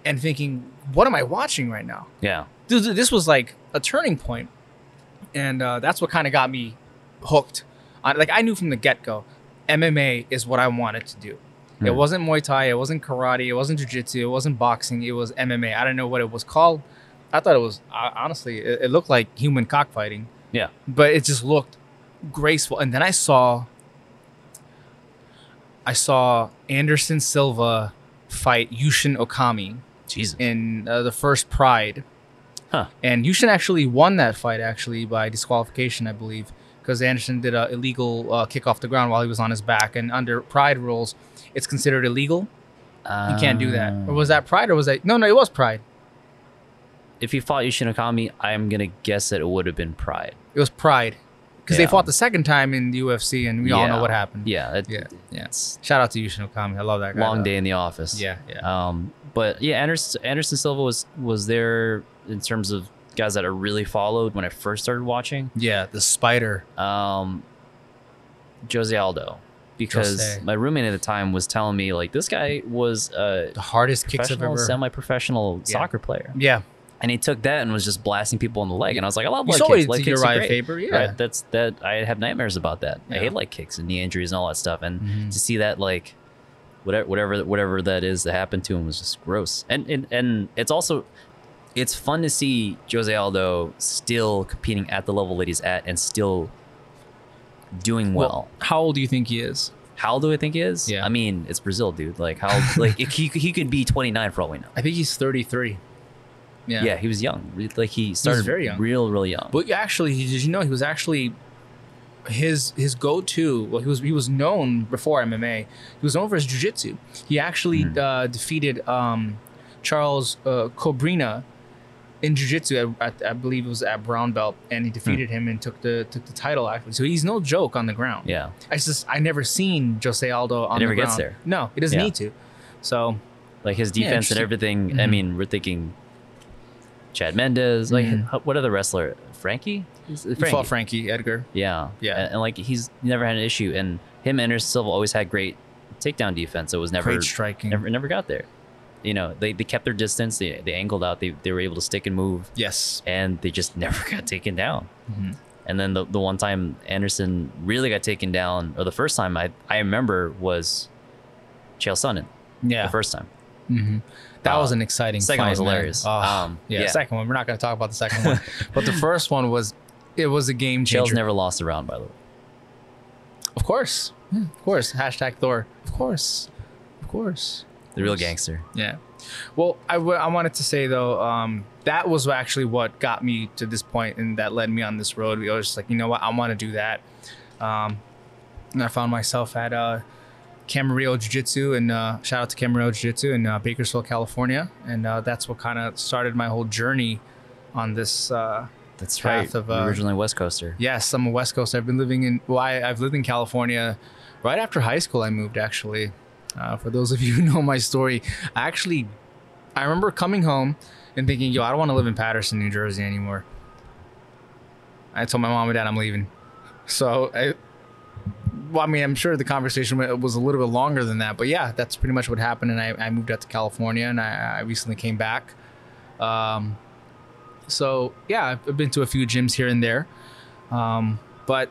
B: and thinking what am i watching right now
A: Yeah.
B: this, this was like a turning point, and uh, that's what kind of got me hooked. I, like I knew from the get go, MMA is what I wanted to do. It
A: Hmm.
B: wasn't Muay Thai, it wasn't karate, it wasn't jujitsu, it wasn't boxing, it was MMA. I didn't know what it was called. I thought it was uh, honestly, it, it looked like human cockfighting.
A: Yeah.
B: but it just looked graceful. And then I saw, I saw Anderson Silva fight Yushin Okami
A: Jesus.
B: in uh, the first Pride.
A: Huh.
B: And Yushin actually won that fight actually by disqualification, I believe, because Anderson did a illegal uh, kick off the ground while he was on his back, and under Pride rules, it's considered illegal. You can't do that. Or was that Pride? Or was that no? No, it was Pride.
A: If he fought Yoshinokami, I'm gonna guess that it would have been Pride.
B: It was Pride because
A: Yeah.
B: they fought the second time in the UFC, and we all know
A: Yeah.
B: what happened.
A: Yeah. That,
B: Mm. Yeah.
A: yeah. It's
B: Shout out to Yushin Okami. I love that
A: a
B: guy.
A: long
B: though.
A: day in the office.
B: Yeah, yeah.
A: Um, but yeah, Anderson, Anderson Silva was was there in terms of guys that I really followed when I first started watching.
B: Yeah, the spider.
A: Um, Jose Aldo, because
B: Jose.
A: my roommate at the time was telling me like this guy was a
B: The hardest kicks I've
A: professional,
B: ever.
A: semi-professional
B: Yeah.
A: soccer player,
B: yeah.
A: and he took that and was just blasting people in the leg. And I was like, I love
B: You
A: leg
B: saw
A: kicks.
B: it
A: Leg
B: to
A: kicks are
B: Uriah
A: great.
B: Faber. Yeah.
A: Right? That's that. I have nightmares about that. I
B: Yeah.
A: hate like kicks and knee injuries and all that stuff. And
B: Mhm.
A: to see that like whatever whatever whatever that is that happened to him was just gross. And and and it's also it's fun to see Jose Aldo still competing at the level that he's at and still doing well.
B: how old do you think he is?
A: how old do I think he is?
B: Yeah.
A: I mean, it's Brazil, dude. Like how like he he could be 29 for all we know.
B: I think he's 33. Yeah.
A: Yeah, he was young. Re- Like he started
B: very young.
A: real real young.
B: But actually, he- did you know he was actually his his go to? Well, he was he was known before MMA. He was known for his jiu-jitsu. He actually
A: Hmm.
B: uh, defeated um, Charles uh, Cobrina in jiu-jitsu. At, at, I believe it was at brown belt, and
A: Hmm.
B: he defeated him and took the took the title. Actually, so he's no joke on the ground.
A: yeah.
B: I just I never seen Jose Aldo on
A: never
B: the
A: gets
B: ground.
A: there.
B: No, he doesn't
A: Yeah.
B: need to. So
A: Like his
B: Yeah,
A: defense and
B: interesting.
A: everything. I
B: Mhm.
A: mean, we're thinking Chad Mendez, like
B: Mhm.
A: h- what other wrestler? Frankie? Is it
B: he fought Frankie Edgar.
A: Yeah.
B: Yeah.
A: And, and, like he's never had an issue and him and Anderson Silva always had great takedown defense. So it was never
B: Great striking.
A: never never got there. You know, they, they kept their distance, they, they angled out, they, they were able to stick and move
B: yes.
A: and they just never got taken down.
B: Mhm.
A: And then the, the one time Anderson really got taken down, or the first time I, I remember was Chael Sonnen,
B: Yeah.
A: the first time.
B: hmm That
A: Uh,
B: was an exciting.
A: second
B: fight,
A: was
B: man.
A: hilarious.
B: Oh,
A: Um,
B: yeah,
A: yeah.
B: second one. We're not going to talk about the second one, but the first one was it was a game
A: Chael's
B: changer.
A: never lost a round, by the way.
B: of course, Yeah, of course. Hashtag Thor. Of course, of course.
A: The real
B: Yes.
A: gangster.
B: Yeah. Well, I, w- I wanted to say though, um, that was actually what got me to this point and that led me on this road. We was just like, you know what, I want to do that. Um, and I found myself at uh, Camarillo Jiu Jitsu and uh, shout out to Camarillo Jiu Jitsu in uh, Bakersfield, California. And uh, that's what kind of started my whole journey on this uh,
A: That's
B: path
A: right.
B: of, uh,
A: Originally West Coaster.
B: Yes, I'm a West Coast. I've been living in. Well, I, I've lived in California right after high school. I moved actually. Uh, for those of you who know my story, I actually, I remember coming home and thinking, "Yo, I don't want to live in Patterson, New Jersey anymore." I told my mom and dad I'm leaving. So, I, well, I mean, I'm sure the conversation wa- was a little bit longer than that, but yeah, that's pretty much what happened. And I, I moved out to California, and I, I recently came back. Um, so yeah, I've- I've been to a few gyms here and there. Um, but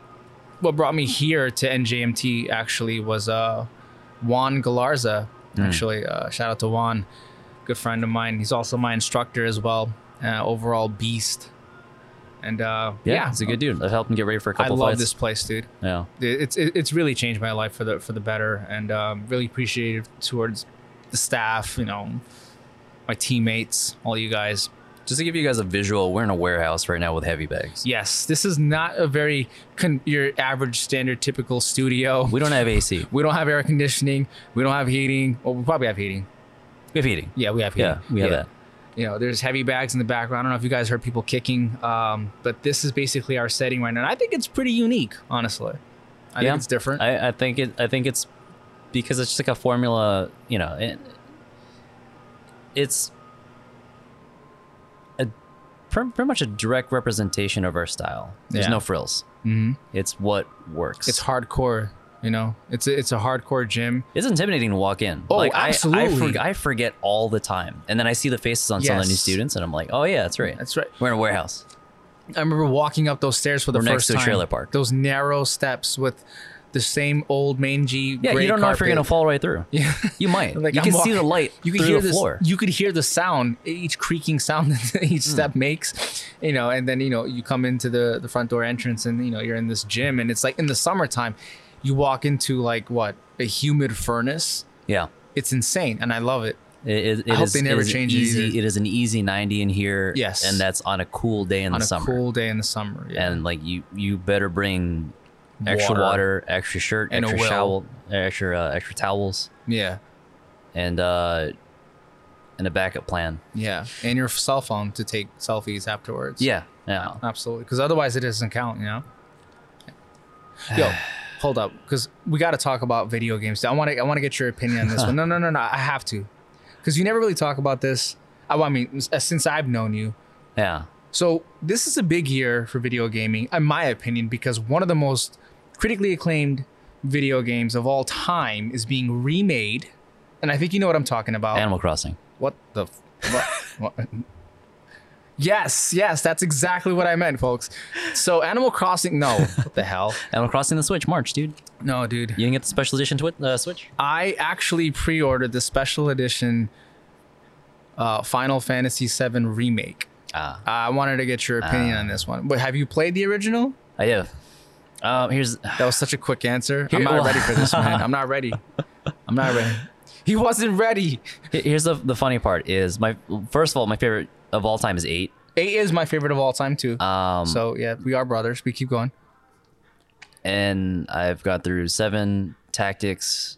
B: what brought me here to NJMT actually was uh, Juan Galarza.
A: Mm.
B: Actually, uh, shout out to Juan, good friend of mine. He's also my instructor as well. Uh, overall beast, and uh,
A: Yeah, he's a good dude. I've helped him get ready for a
B: I
A: couple
B: love
A: flights.
B: this place, dude.
A: Yeah.
B: It- It's it- it's really changed my life for the for the better, and um, really appreciative towards the staff. You know, my teammates, all you guys.
A: Just to give you guys a visual, we're in a warehouse right now with heavy bags.
B: Yes, this is not a very con- your average standard typical studio.
A: We don't have AC.
B: We don't have air conditioning. We don't have heating. Well, we probably have heating.
A: We have heating.
B: Yeah, we have heating.
A: Yeah, we have that.
B: You know, there's heavy bags in the background. I don't know if you guys heard people kicking, um, but this is basically our setting right now. And I think it's pretty unique, honestly. I
A: Yeah.
B: think it's different.
A: I, I think it. I think it's because it's just like a formula. You know, it, it's a pretty, pretty much a direct representation of our style. There's
B: Yeah.
A: no frills.
B: Mhm.
A: Mm-hmm. It's what works.
B: It's hardcore. You know, it's a, it's a hardcore gym.
A: It's intimidating to walk in.
B: Oh,
A: like, I, I,
B: absolutely.
A: forg- I forget all the time, and then I see the faces on some of the new
B: Yes.
A: students, and I'm like, oh yeah, that's right.
B: That's right.
A: We're in a warehouse.
B: I remember walking up those stairs for the
A: We're
B: first
A: next to a
B: time.
A: trailer park.
B: Those narrow steps with the same old mangy.
A: Yeah,
B: gray
A: you don't know if you're
B: carpet.
A: gonna fall right through.
B: Yeah.
A: You might.
B: Like,
A: you
B: I'm
A: can see
B: walking-
A: the light
B: you could
A: through
B: hear
A: the
B: this,
A: floor. Hmm.
B: You could hear the sound, each creaking sound that each step makes, you know. And then you know you come into the the front door entrance, and you know you're in this gym, and it's like in the summertime, you walk into like what a humid furnace.
A: yeah.
B: It's insane, and I love it.
A: It, it, it
B: I hope
A: is-
B: they never
A: it is an
B: change it
A: easy,
B: either.
A: It is an easy 90 in here.
B: Yes.
A: And that's on a cool day in
B: on
A: the
B: a
A: summer.
B: cool day in the summer, yeah.
A: And like you, you better bring extra
B: Water.
A: water, extra shirt,
B: And a
A: extra
B: will.
A: towel, extra uh, extra towels,
B: yeah,
A: and uh, and a backup plan.
B: yeah, and your cell phone to take selfies afterwards.
A: Yeah. Yeah.
B: absolutely, because otherwise it doesn't count, you know. Yo, hold up, because we got to talk about video games. I want to, I want to get your opinion on this one. No, no, no, no, I have to, because you never really talk about this. I, well, I mean, s- uh, since I've known you,
A: Yeah.
B: so this is a big year for video gaming, in my opinion, because one of the most critically acclaimed video games of all time is being remade, and I think you know what I'm talking about.
A: Animal Crossing.
B: What the? F- what, what- Yes, yes, that's exactly what I meant, folks. So Animal Crossing, no, what the hell?
A: Animal Crossing the Switch, March, dude.
B: No, dude.
A: You didn't get the special edition twi- uh, Switch?
B: I actually pre-ordered the special edition uh, Final Fantasy VII remake.
A: Ah,
B: I wanted to get your opinion on this one. But have you played the original?
A: I have. Um, here's
B: That was such a quick answer. I'm
A: Here-
B: not
A: well-
B: ready for this, man. I'm not ready. I'm not ready. He wasn't ready.
A: here's the the funny part is my first of all my favorite of all time is eight.
B: Eight is my favorite of all time too.
A: Um,
B: so yeah, we are brothers. We keep going.
A: and I've got through seven tactics.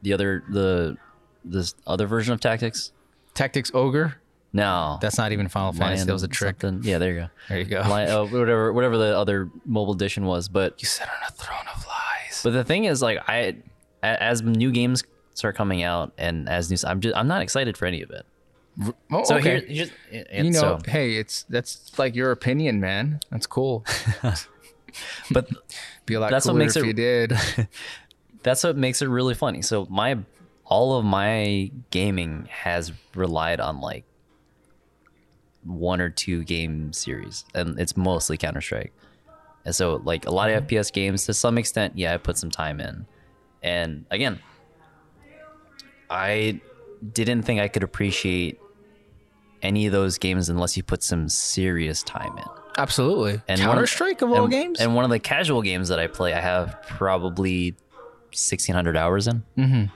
A: The other the this other version of tactics.
B: Tactics Ogre.
A: No,
B: That's not even Final Fantasy.
A: Lion
B: That was a trick.
A: something. Yeah, there you
B: There you go.
A: go. Lion, uh, whatever whatever the other mobile edition was, but
B: You sit on a throne of lies.
A: but the thing is like I a- as new games start coming out and as new I'm just I'm not excited for any of it.
B: Oh,
A: So
B: okay.
A: here here's and
B: you know,
A: so-
B: hey, it's that's like your opinion, man. That's cool.
A: but
B: Be a lot
A: That's what
B: cooler
A: makes
B: if
A: it-
B: you did.
A: that's what makes it really funny. So my all of my gaming has relied on like one or two game series, and it's mostly Counter Strike. And so like a lot of FPS games, to some extent, yeah, I put some time in. And again, I didn't think I could appreciate any of those games unless you put some serious time in.
B: Absolutely.
A: And one-
B: Counter Strike of all
A: and,
B: games.
A: And one of the casual games that I play, I have probably 1,600 hours in,
B: Mhm.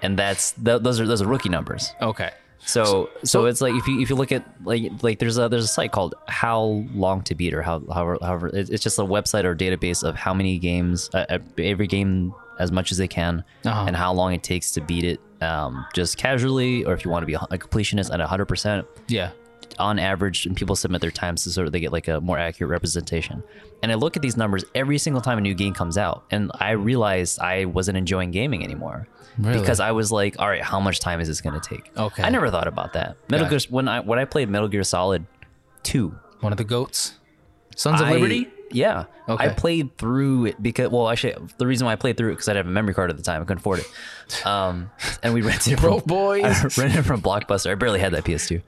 A: and that's th- those are those are rookie numbers.
B: okay.
A: So, so it's like if you if you look at like like there's a there's a site called How Long to Beat or how however however it- it's just a website or database of how many games uh, uh, every game as much as they can
B: Uh-huh.
A: and how long it takes to beat it um, just casually or if you want to be a a completionist at 100 percent
B: Yeah.
A: on average, and people submit their times to sort of they get like a more accurate representation. And I look at these numbers every single time a new game comes out, and I realized I wasn't enjoying gaming anymore
B: Really?
A: because I was like, all right, how much time is this going to take?
B: Okay.
A: I never thought about that. Metal
B: Gotcha.
A: Gear when I when I played Metal Gear Solid two,
B: one of the goats, Sons of
A: I-
B: Liberty.
A: Yeah.
B: Okay.
A: I played through it because, well, actually, the reason why I played through it because I didn't have a memory card at the time. I couldn't afford it. Um, and we rented it from,
B: Broke boys.
A: I rented it from Blockbuster. I barely had that PS2.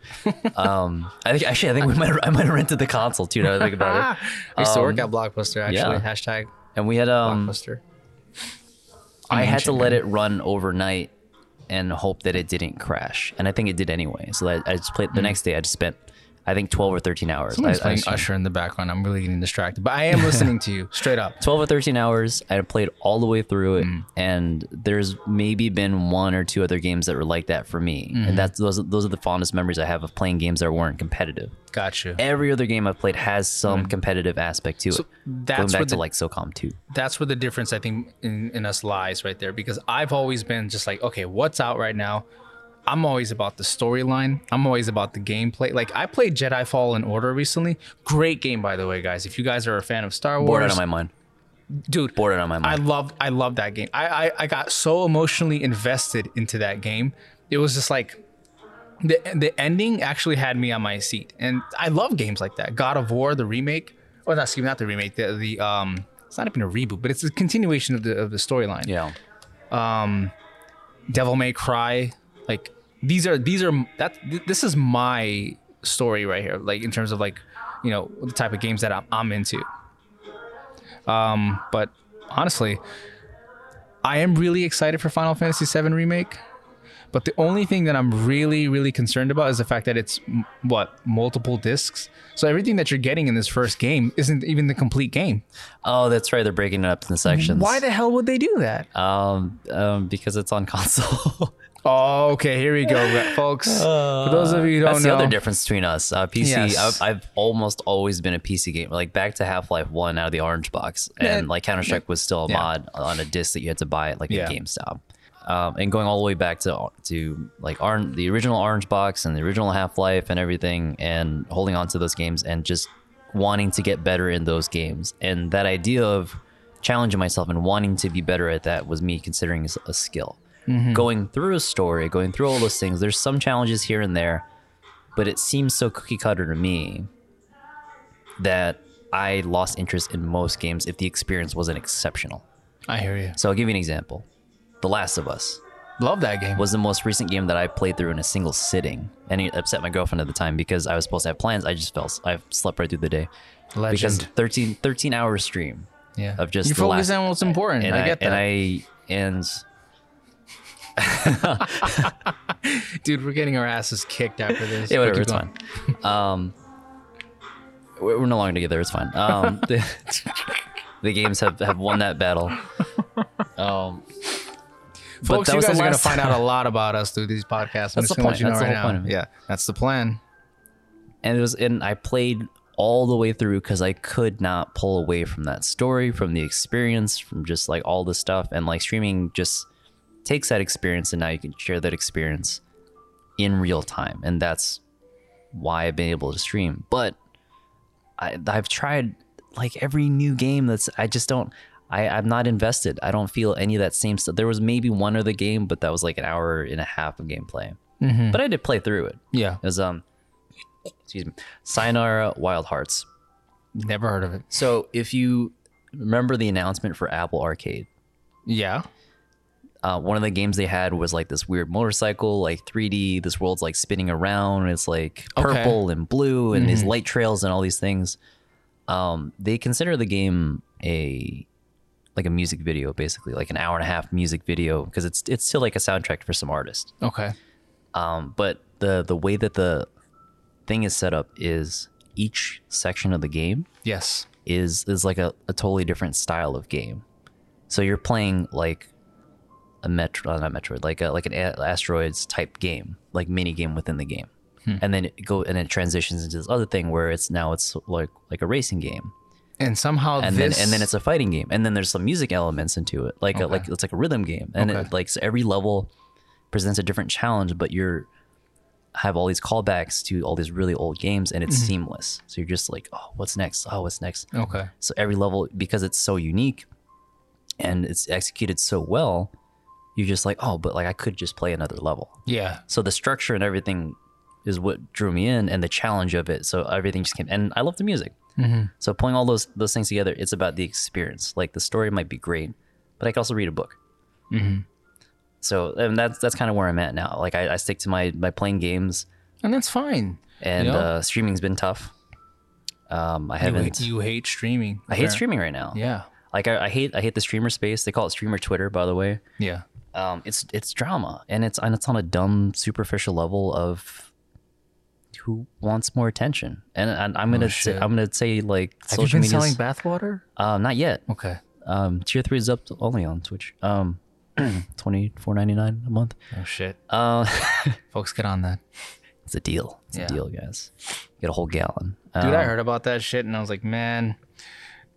A: Um, I think actually, I think we might have- I might have rented the console too. Now that I think about it.
B: I used to work
A: Um,
B: at Blockbuster actually.
A: yeah.
B: Hashtag
A: And we had um,
B: Blockbuster.
A: I had to
B: ancient
A: let it run overnight and hope that it didn't crash. And I think it did anyway. So I, I just played the next day. I just spent I think twelve or thirteen hours. I- I
B: Someone's Hmm. playing
A: just-
B: Usher in the background. I'm really getting distracted, but I am listening to you straight up.
A: 12 or 13 hours. I had played all the way through it,
B: Mm.
A: and there's maybe been one or two other games that were like that for me.
B: Mm-hmm.
A: And that's those those are the fondest memories I have of playing games that weren't competitive.
B: Got you.
A: Every other game I've played has some competitive aspect to it. Going
B: Mm. That's where
A: back to
B: the
A: like SOCOM 2.
B: that's where the difference I think in, in us lies right there because I've always been just like, okay, what's out right now? I'm always about the storyline. I'm always about the gameplay. Like I played Jedi Fallen Order recently. Great game, by the way, guys. If you guys are a fan of Star Wars,
A: Bored out of my mind.
B: dude,
A: Bored out of my
B: I
A: mind.
B: loved I loved that game. I, I I got so emotionally invested into that game. It was just like the the ending actually had me on my seat. And I love games like that. God of War, the remake. Well, not excuse me, not the remake. The the um it's not even a reboot, but it's a continuation of the of the storyline.
A: yeah.
B: Devil May Cry. Like these are these are that th- this is my story right here. Like in terms of like you know the type of games that I'm, I'm into. Um, but honestly, I am really excited for Final Fantasy VII remake. But the only thing that I'm really, really concerned about is the fact that it's m- what multiple discs. So everything that you're getting in this first game isn't even the complete game.
A: Oh, that's right. They're breaking it up into sections.
B: Why the hell would they do that?
A: um, um, because it's on console.
B: Oh, okay, here we go, folks. for those of you who don't
A: Uh, That's
B: know,
A: the other difference between us. Uh, PC,
B: Yes.
A: I've, I've almost always been a PC gamer. Like back to Half Life One out of the orange box, and
B: Yeah.
A: like Counter Strike was still a
B: Yeah.
A: mod on a disc that you had to buy at like
B: Yeah.
A: a GameStop. Um, and going all the way back to to like orange, the original Orange Box and the original Half Life and everything, and holding on to those games and just wanting to get better in those games, and that idea of challenging myself and wanting to be better at that was me considering as a skill.
B: Mm-hmm.
A: Going through a story, going through all those things, there's some challenges here and there, but it seems so cookie cutter to me that I lost interest in most games if the experience wasn't exceptional.
B: I hear you.
A: So I'll give you an example. The Last of Us
B: Love that game.
A: was the most recent game that I played through in a single sitting, and it upset my girlfriend at the time because I was supposed to have plans. I just fell. I slept right through the day because 13 13 hour stream
B: yeah.
A: of just
B: you
A: the
B: focus
A: last-
B: on what's important.
A: and
B: Mm, I, get that,
A: and I and
B: dude. We're getting our asses kicked after this.
A: Yeah,
B: But
A: whatever.
B: keep
A: It's
B: going.
A: fine. Um, we're we're no longer together. It's fine. Um, the, the games have, have won that battle. Um, but
B: folks.
A: that
B: you
A: was the
B: guys are gonna
A: last-
B: find out a lot about us through these podcasts. I'm
A: That's the
B: just gonna let
A: point.
B: you know
A: That's the
B: right
A: whole
B: now.
A: point of it.
B: Yeah, that's the plan.
A: and it was and I played all the way through because I could not pull away from that story, from the experience, from just like all the stuff. And like streaming just takes that experience, and now you can share that experience in real time, and that's why I've been able to stream. But I, I've tried like every new game that's I just don't. I, I'm not invested. I don't feel any of that same stuff. There was maybe one other game, but that was like an hour and a half of gameplay. But I did play through it
B: Yeah,
A: is um excuse me Sayonara Wild Hearts.
B: never heard of it.
A: So if you remember the announcement for Apple Arcade,
B: Yeah,
A: uh, one of the games they had was like this weird motorcycle, like 3D. This world's like spinning around. And it's like
B: Okay.
A: purple and blue, and these light trails and all these things. Um, they consider the game a like a music video, basically, like an hour and a half music video, because it's it's still like a soundtrack for some artist.
B: okay.
A: Um, but the the way that the thing is set up is each section of the game
B: Yes,
A: is is like a, a totally different style of game. So you're playing like a metro, uh, not Metroid, like a, like an a- asteroids type game, like mini game within the game, and then it go and it transitions into this other thing where it's now it's like like a racing game,
B: and somehow
A: and
B: this
A: then and then it's a fighting game, and then there's some music elements into it, like a, like it's like a rhythm game, and
B: Okay.
A: it, like so every level presents a different challenge, but you're have all these callbacks to all these really old games and
B: Mm-hmm.
A: it's seamless. So you're just like, oh, what's next? Oh, what's next?
B: Okay.
A: So every level, because it's so unique and it's executed so well, you're just like, oh, but like I could just play another level.
B: Yeah.
A: So the structure and everything is what drew me in and the challenge of it. So everything just came and I love the music.
B: Mhm.
A: So pulling all those those things together, it's about the experience. Like the story might be great, but I can also read a book.
B: Mhm.
A: So and that's that's kind of where I'm at now. Like I, I stick to my my playing games
B: And that's fine.
A: and
B: You know?
A: uh, streaming's been tough. Um, I
B: You,
A: haven't.
B: you hate streaming.
A: I hate streaming right now.
B: Yeah.
A: Like I, I hate I hate the streamer space. They call it streamer Twitter, by the way.
B: Yeah.
A: Um, it's it's drama and it's and it's on a dumb superficial level of who wants more attention. And, and I'm gonna say,
B: Oh, shit.
A: I'm gonna say like
B: Have
A: social
B: you been
A: media's-
B: selling bathwater?
A: uh, not yet.
B: Okay.
A: Um, tier three is up only on Twitch. Um, twenty four ninety nine a month.
B: Oh shit.
A: Uh,
B: Folks, get on that.
A: it's a deal. It's
B: Yeah.
A: a deal, guys. Get a whole gallon.
B: Dude, I
A: Um,
B: heard about that shit and I was like, man,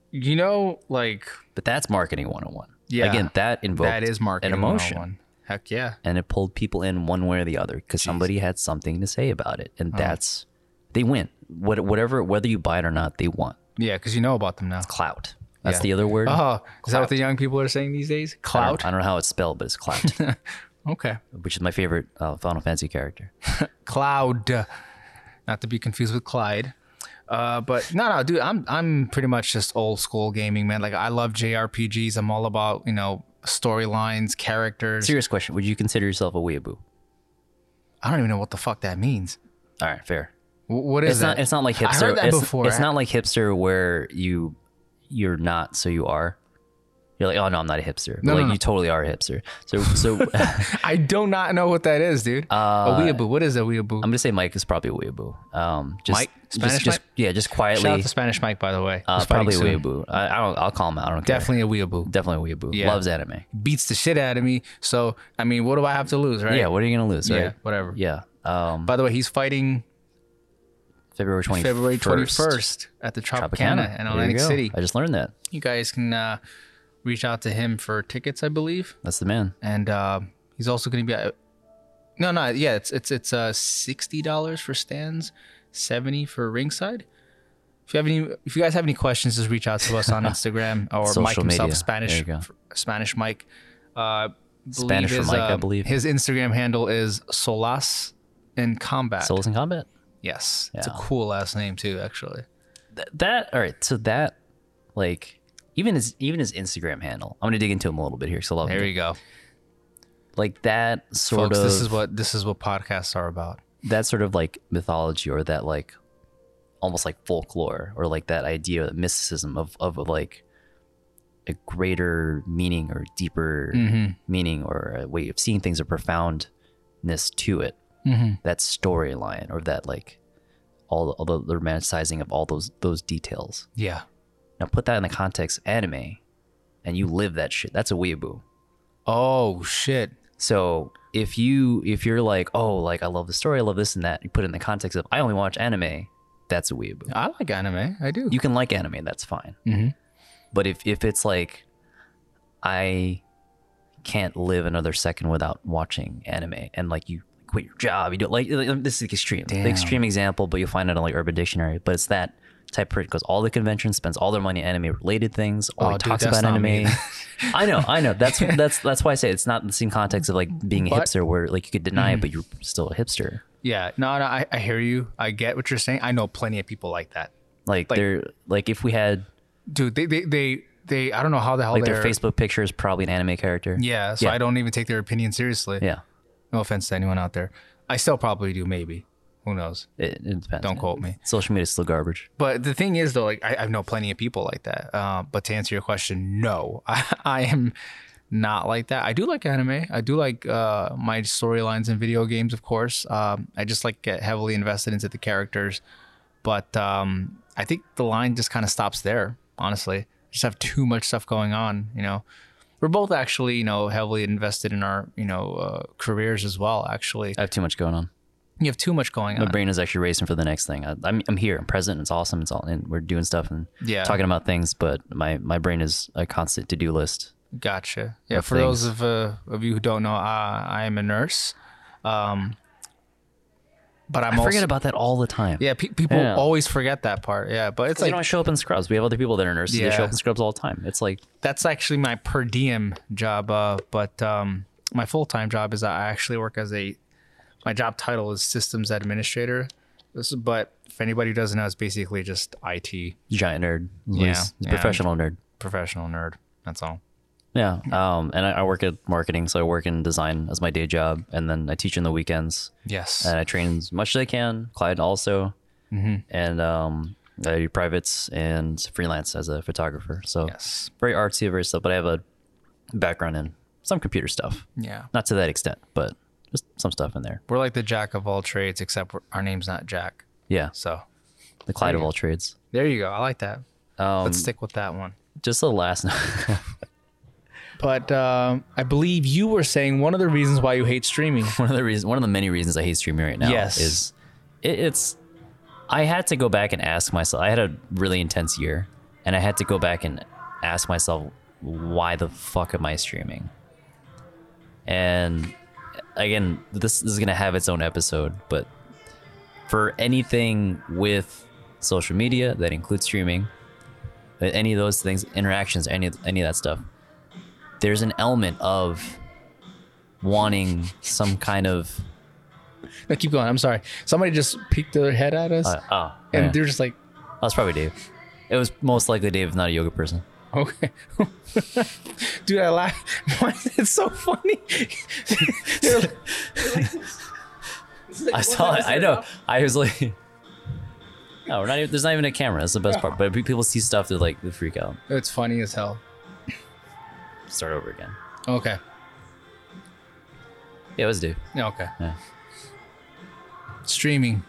B: you know, like
A: But that's marketing 101.
B: Yeah.
A: Again, that invoked
B: that is marketing
A: an emotion.
B: 101. Heck yeah.
A: and it pulled people in one way or the other because somebody had something to say about it,
B: Oh.
A: and that's they win. What, whatever, whether you buy it or not, they want
B: Yeah, because you know about them now.
A: clout. That's
B: Yeah.
A: the other word.
B: Oh, is that what the young people are saying these days?
A: I don't-
B: Clout.
A: I don't know how it's spelled, but it's clout,
B: Okay.
A: which is my favorite uh, Final Fantasy character.
B: Cloud, not to be confused with Clyde. Uh, but no, no, dude, I'm I'm pretty much just old school gaming, man. Like I love JRPGs. I'm all about you know storylines, characters.
A: Serious question: Would you consider yourself a weeaboo? All
B: I don't even know what the fuck that means.
A: right, fair.
B: W- what is
A: It's
B: that?
A: not. It's not like hipster.
B: I heard that
A: it's,
B: before.
A: It's not like hipster where you you're not, so you are. You're like, oh no, I'm not a hipster.
B: No,
A: like
B: no, no.
A: you totally are a hipster. So so
B: I do not know what that is, dude.
A: Uh,
B: a weeaboo. What is a weeaboo?
A: I'm gonna say Mike is probably a weeaboo. Um, just,
B: Mike?
A: just-
B: Spanish
A: just, yeah, just
B: Shout out
A: quietly.
B: to Spanish Mike, by the way.
A: Uh,
B: He's fighting
A: probably a
B: soon.
A: weeaboo. I, I don't. I'll call him out. I don't care.
B: Definitely a weeaboo.
A: Definitely a weeaboo.
B: Yeah.
A: Loves anime.
B: Beats the shit out of me. So I mean, what do I have to lose, right?
A: Yeah. What are you gonna lose?
B: Yeah,
A: Right?
B: whatever.
A: Yeah. Um,
B: By the way, he's fighting
A: February twenty.
B: February 21st at the Tropicana
A: There
B: in
A: you
B: Atlantic
A: go.
B: City.
A: I just learned that.
B: You guys can uh, reach out to him for tickets, I believe.
A: That's the man.
B: And uh, he's also going to be at, no, no, yeah, it's it's it's uh, sixty dollars for stands, seventy for ringside. If you have any, if you guys have any questions, just reach out to us on Instagram or
A: Social
B: Mike himself,
A: media. There
B: Spanish
A: you go.
B: Spanish Mike. Uh, believe
A: Spanish for
B: his,
A: Mike, I
B: uh,
A: believe.
B: his Instagram handle is Solas in Combat.
A: Souls in combat.
B: yes, it's a
A: Yeah.
B: cool last name too, actually.
A: Th- that. All right. So that, like, even his even his Instagram handle. I'm gonna dig into him a little bit here. So love
B: There
A: him.
B: you go.
A: Like that sort
B: folks
A: of.
B: this is what this is what podcasts are about
A: that sort of like mythology or that like almost like folklore or like that idea that mysticism of, of like a greater meaning or deeper
B: Hmm. Mm-hmm.
A: meaning or a way of seeing things or profoundness to it
B: Mm-hmm.
A: that storyline or that like all, all the, the romanticizing of all those those details
B: yeah
A: now put that in the context of anime and you live that shit that's a weeaboo
B: oh shit
A: so if you if you're like, oh, like I love the story, I love this and that, you put it in the context of I only watch anime, that's a weeaboo.
B: i like anime i do
A: You can like anime, that's fine.
B: Mhm.
A: But if if it's like I can't live another second without watching anime and like you quit your job, you do like this is the extreme. The extreme example, but you'll find it on like Urban Dictionary, but it's that type person goes all the conventions, spends all their money on anime related things, or
B: Oh, dude,
A: talks
B: that's
A: about
B: not me.
A: anime. I know, I know. That's that's that's why I say it's not in the same context of like being a
B: But- Mm-hmm.
A: hipster, where like you could deny it, but you're still a hipster.
B: yeah no no I, I hear you i get what you're saying i know plenty of people like that
A: Like, they're like if we had
B: dude they they they, they i don't know how the hell
A: like
B: they're,
A: their Facebook picture is probably an anime character.
B: yeah so
A: Yeah.
B: i don't even take their opinion seriously
A: yeah.
B: no offense to anyone out there i still probably do maybe who knows
A: It, it depends.
B: don't
A: man.
B: quote me
A: Social media is still garbage.
B: But the thing is, though, like I, I know plenty of people like that. Uh, but to answer your question, no, I, I am not like that. I do like anime. I do like uh, my storylines in video games, of course. Um, I just like get heavily invested into the characters. But um, I think the line just kind of stops there. Honestly, just have too much stuff going on. You know, we're both actually you know heavily invested in our you know uh, careers as well. Actually,
A: I have too much going on.
B: you have too much going
A: My
B: on.
A: brain is actually racing for the next thing. I, I'm I'm here. I'm present. It's awesome. It's all and we're doing stuff and
B: Yeah.
A: talking about things, but my my brain is a constant to do list.
B: Gotcha. Yeah.
A: of
B: For those of uh, of you who don't know, uh, I am a nurse. Um, but I'm
A: I
B: also
A: forget about that all the time.
B: yeah. Pe- people
A: Yeah.
B: always forget that part. Yeah, but it's
A: Like,
B: like
A: you know, I show up in scrubs. We have other people that are nurses. They show
B: Yeah.
A: up in scrubs all the time. It's like
B: that's actually my per diem job. Uh, but um, my full time job is I actually work as a my job title is systems administrator. This, but if anybody doesn't know, it's basically just IT
A: giant nerd.
B: Yeah,
A: He's- he's a
B: yeah.
A: Professional nerd.
B: professional nerd. That's all.
A: Yeah. Um, and I, I work at marketing, so I work in design as my day job, and then I teach in the weekends,
B: Yes.
A: and I train as much as I can. Clyde also, and um, I do privates and freelance as a photographer. So
B: yes.
A: very artsy, very stuff. But I have a background in some computer stuff,
B: Yeah.
A: not to that extent, but just some stuff in there.
B: We're like the jack of all trades, except we're, our name's not Jack.
A: Yeah,
B: So
A: the Clyde of all trades.
B: there you go. I like that.
A: Um,
B: Let's stick with that one.
A: just the last.
B: But um, I believe you were saying one of the reasons why you hate streaming.
A: one of the reasons, one of the many reasons I hate streaming right now
B: Yes.
A: is it, it's. I had to go back and ask myself. I had a really intense year, and I had to go back and ask myself, why the fuck am I streaming? And again, this is gonna have its own episode, but for anything with social media that includes streaming, that any of those things, interactions, any any of that stuff, there's an element of wanting some kind of
B: no, keep going. I'm sorry. Somebody just peeked their head at us,
A: uh, oh,
B: and
A: yeah.
B: they're just like,
A: that's probably Dave. It was most likely Dave, not a yoga person.
B: Okay. Dude, I laugh. Why is it so funny? They're like-
A: I saw it. I know. I was like, no, we're not even, there's not even a camera. That's the best part. But people see stuff, they're like, they freak out.
B: it's funny as hell.
A: Start over again.
B: Okay.
A: Yeah, it was Dave.
B: Yeah, Okay.
A: Yeah.
B: Streaming.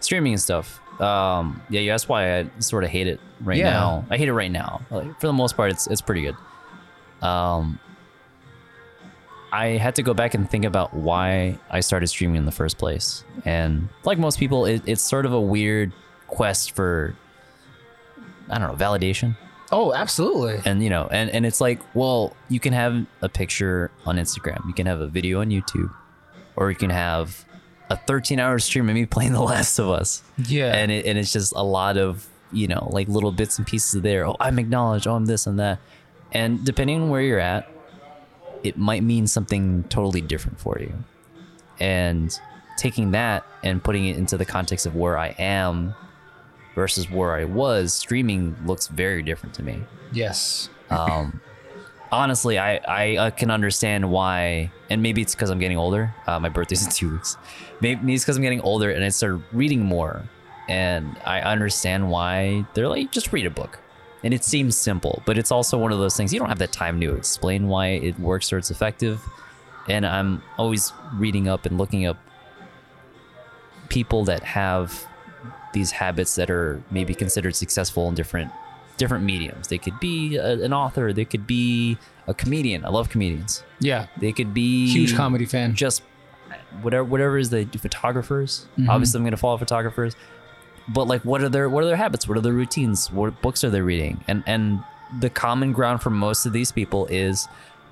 A: streaming and stuff. Um, yeah, you asked why I sort of hate it right
B: Yeah.
A: now. I hate it right now. Like, for the most part, it's it's pretty good. Um, I had to go back and think about why I started streaming in the first place, and like most people, it, it's sort of a weird quest for I don't know validation
B: Oh, absolutely.
A: and you know and and it's like well you can have a picture on instagram you can have a video on youtube or you can have a 13 hour stream of me playing the last of us
B: Yeah.
A: and it, and it's just a lot of you know like little bits and pieces there oh i'm acknowledged oh i'm this and that and depending on where you're at it might mean something totally different for you and taking that and putting it into the context of where i am versus where i was streaming looks very different to me
B: yes.
A: um, honestly, I, I uh, can understand why, and maybe it's because I'm getting older. Uh, my birthday's in two weeks. Maybe, maybe it's because I'm getting older and I started reading more, and I understand why they're like, just read a book. And it seems simple, but it's also one of those things you don't have the time to explain why it works or it's effective. And I'm always reading up and looking up people that have these habits that are maybe considered successful in different different mediums. They could be a, an author. They could be a comedian. I love comedians.
B: Yeah.
A: They could be
B: Huge comedy fan.
A: Just whatever whatever is they do. Photographers.
B: Mm-hmm.
A: Obviously, I'm gonna follow photographers. But like, what are their what are their habits? What are their routines? What books are they reading? And and the common ground for most of these people is,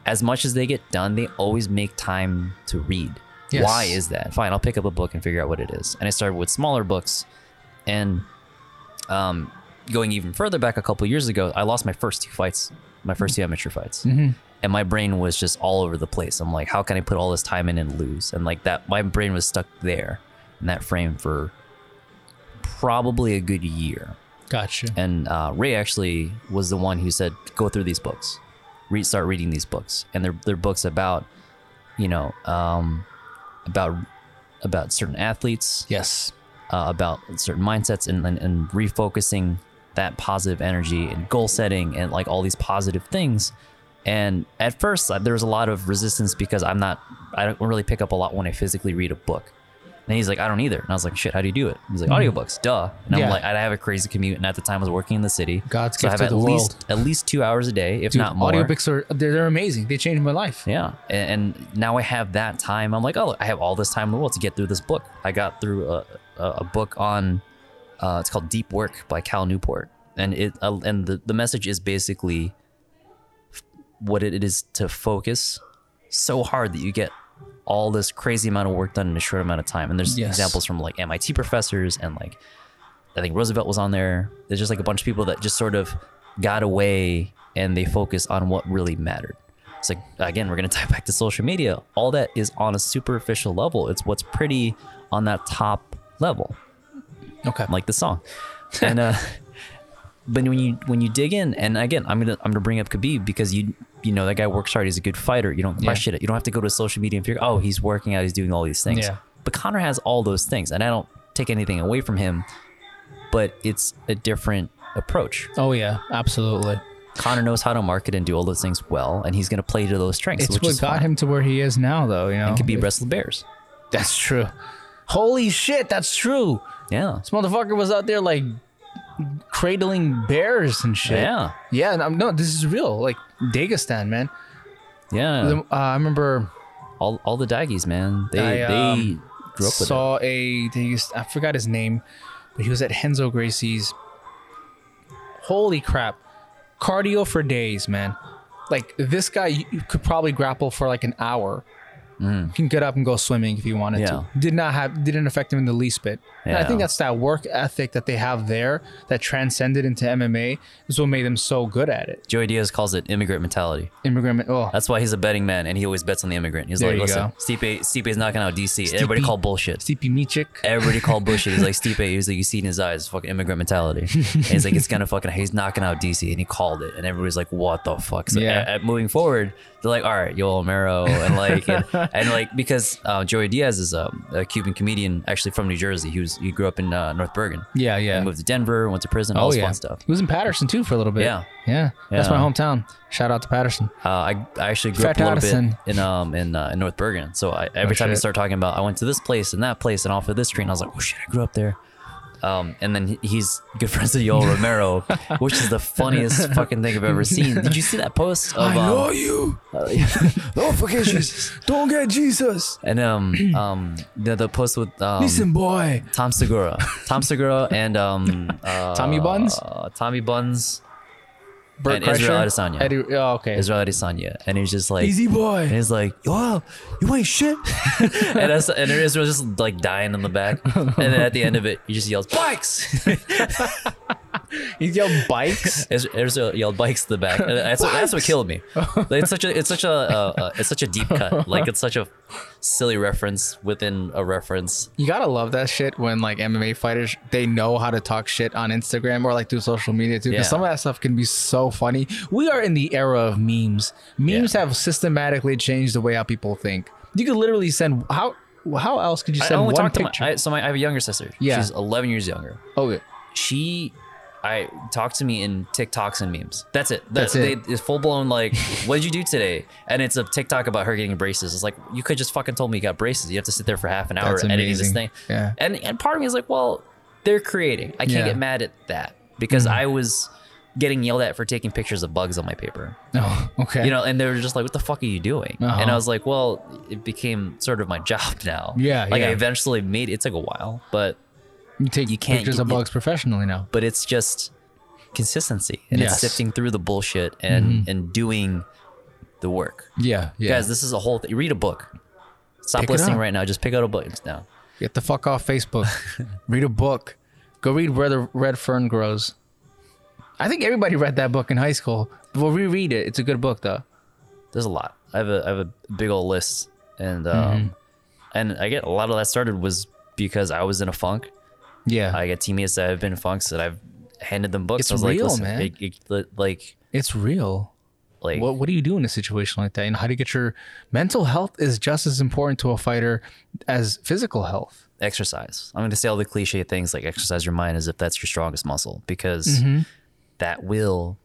A: as much as they get done, they always make time to read.
B: Yes.
A: Why is that? Fine, I'll pick up a book and figure out what it is. And I started with smaller books, and um, going even further back a couple years ago, I lost my first two fights, my first two amateur fights, and my brain was just all over the place. I'm like, how can I put all this time in and lose? And like that, my brain was stuck there in that frame for probably a good year.
B: Gotcha.
A: And uh, Ray actually was the one who said, "Go through these books, Re- start reading these books." And they're they're books about, you know, um, about about certain athletes,
B: Yes.
A: uh, about certain mindsets and, and, and refocusing that positive energy and goal setting and like all these positive things. And at first, uh, there was a lot of resistance because I'm not, I don't really pick up a lot when I physically read a book. And he's like, I don't either. And I was like, shit, how do you do it? He's like, audiobooks, duh. And
B: Mm-hmm. Yeah.
A: I'm like, I have a crazy commute. And at the time, I was working in the city.
B: God's
A: so I
B: gift
A: have
B: to
A: at
B: the
A: least
B: world.
A: at least two hours a day, if
B: Dude,
A: not more.
B: audiobooks are they're, they're amazing. They changed my life.
A: Yeah. A- And, and now I have that time. I'm like, oh, I have all this time in the world to get through this book. I got through a, a, a book on, uh, it's called Deep Work by Cal Newport. And it uh, and the, the message is basically f- what it is to focus so hard that you get all this crazy amount of work done in a short amount of time. And there's
B: Yes.
A: examples from like MIT professors and like I think Roosevelt was on there. There's just like a bunch of people that just sort of got away and they focus on what really mattered. It's like again, we're gonna tie back to social media. All that is on a superficial level. It's what's pretty on that top level
B: Okay.
A: like the song. And uh, but when you when you dig in, and again, I'm gonna I'm gonna bring up Khabib because you you know that guy works hard. He's a good fighter. You don't question it. You don't have to go to social media and figure, oh, he's working out. He's doing all these things.
B: Yeah.
A: But Connor has all those things, and I don't take anything away from him. But it's a different approach.
B: Oh yeah, absolutely.
A: Connor knows how to market and do all those things well, and he's gonna play to those strengths,
B: It's
A: which
B: what
A: is
B: got
A: fine.
B: him to where he is now, though. You know,
A: Could be wrestled bears.
B: that's true. Holy shit, that's true.
A: Yeah.
B: This motherfucker was out there like cradling bears and shit.
A: Yeah.
B: Yeah, and I'm, no, this is real. Like Dagestan, man.
A: Yeah.
B: The- uh, I remember
A: all all the daggies, man. They
B: I,
A: they
B: um,
A: grew up with it.
B: saw a they used, I forgot his name, but he was at Henzo Gracie's. Holy crap, cardio for days, man. Like this guy you you could probably grapple for like an hour. You can get up and go swimming if you wanted to.
A: Mm. Yeah.
B: Did not have didn't affect him in the least bit. And I think
A: Yeah.
B: that's that work ethic that they have there that transcended into MMA is what made them so good at it.
A: Joey Diaz calls it immigrant mentality.
B: Immigrant. Oh,
A: That's why he's a betting man, and he always bets on the immigrant. He's
B: There
A: like,
B: you
A: listen,
B: go.
A: Stipe, Stipe's knocking out DC. Everybody
B: Stipe.
A: call bullshit.
B: Stipe Michik.
A: Everybody call bullshit. He's like Stipe. He was like, you see it in his eyes, fucking immigrant mentality. And he's like, it's gonna fucking. He's knocking out DC, and he called it, and everybody's like, what the fuck? So
B: Yeah.
A: yeah. moving forward, they're like, all right, Yoel Romero, and like, and, and like because uh, Joey Diaz is a, a Cuban comedian, actually from New Jersey. He was he grew up in uh, North Bergen.
B: Yeah, yeah.
A: He moved to Denver, went to prison, all
B: Oh
A: this
B: yeah,
A: fun stuff.
B: He was in Patterson too for a little bit.
A: Yeah.
B: yeah, that's
A: Yeah.
B: my hometown. Shout out to Patterson.
A: Uh, I, I actually grew up
B: Fat
A: a little
B: Addison.
A: bit in um in, uh, in North Bergen. So I, every
B: Oh,
A: time you
B: shit.
A: start talking about I went to this place and that place and off of this street, and I was like, oh shit, I grew up there. Um, and then he- he's good friends with Yoel Romero, which is the funniest fucking thing I've ever seen. Did you see that post? Of, um,
B: you. don't forget Jesus. Don't get Jesus.
A: And um um the, the post with um,
B: boy.
A: Tom Segura, Tom Segura, and um uh,
B: Tommy Buns?
A: uh, Tommy Buns,
B: Bert
A: And Israel
B: Kreischer?
A: Adesanya.
B: Eddie, oh, okay.
A: Israel Adesanya, and he's just like And
B: boy.
A: he's like, "Wow, you ain't shit." and that's, and it is just like dying in the back. And then at the end of it, he just yells, "Bikes!"
B: He yelled bikes.
A: Is- Israel yelled, "Bikes!" to the back. And that's, what, that's what killed me. Like, It's such a it's such a uh, uh, it's such a deep cut. Like it's such a silly reference within a reference.
B: you gotta love that shit when like MMA fighters they know how to talk shit on Instagram or like through social media too. Because
A: Yeah.
B: some of that stuff can be so funny. We are in the era of memes. Memes have systematically changed the way how people think. You could literally send how how else could you
A: I
B: send
A: only
B: one
A: talked to my
B: picture?
A: I, so my, I have a younger sister.
B: Yeah.
A: she's 11 years younger.
B: oh, yeah.
A: she I talked to me in TikToks and memes. That's it.
B: That's it.
A: They, it's full blown like, what did you do today? And it's a TikTok about her getting braces. It's like you could just fucking told me you got braces. You have to sit there for half an hour
B: That's
A: editing this
B: amazing.
A: thing.
B: Yeah.
A: And and part of me is like, well, they're creating. I can't
B: Yeah. Mm-hmm.
A: get mad at that because I was getting yelled at for taking pictures of bugs on my paper.
B: Oh, okay.
A: You know, and they were just like, "What the fuck are you doing?"
B: Uh-huh.
A: And I was like, "Well, it became sort of my job now."
B: Yeah,
A: Like I
B: yeah.
A: eventually made it took a while, but
B: you take
A: you can't-
B: pictures
A: you-
B: of
A: you-
B: bugs professionally now.
A: but it's just consistency and
B: Yes.
A: it's sifting through the bullshit and and doing the work.
B: Yeah, yeah.
A: Guys, this is a whole thing. Read a book. Stop
B: Pick it
A: listening
B: up.
A: right now. Just pick out a book now.
B: Get the fuck off Facebook. read a book. Go read Where the Red Fern Grows. I think everybody read that book in high school. We'll reread it. It's a good book, though.
A: There's a lot. I have a I have a big old list and
B: Mm-hmm.
A: um and I get a lot of that started was because I was in a funk.
B: Yeah.
A: I got teammates that have been in funks that I've handed them books.
B: It's
A: I was
B: real,
A: like, listen,
B: man.
A: It, it, li- like
B: it's real.
A: like
B: What, what do you do in a situation like that? And how do you get your mental health is just as important to a fighter as physical health.
A: exercise. I'm going to say all the cliche things like exercise your mind as if that's your strongest muscle because that will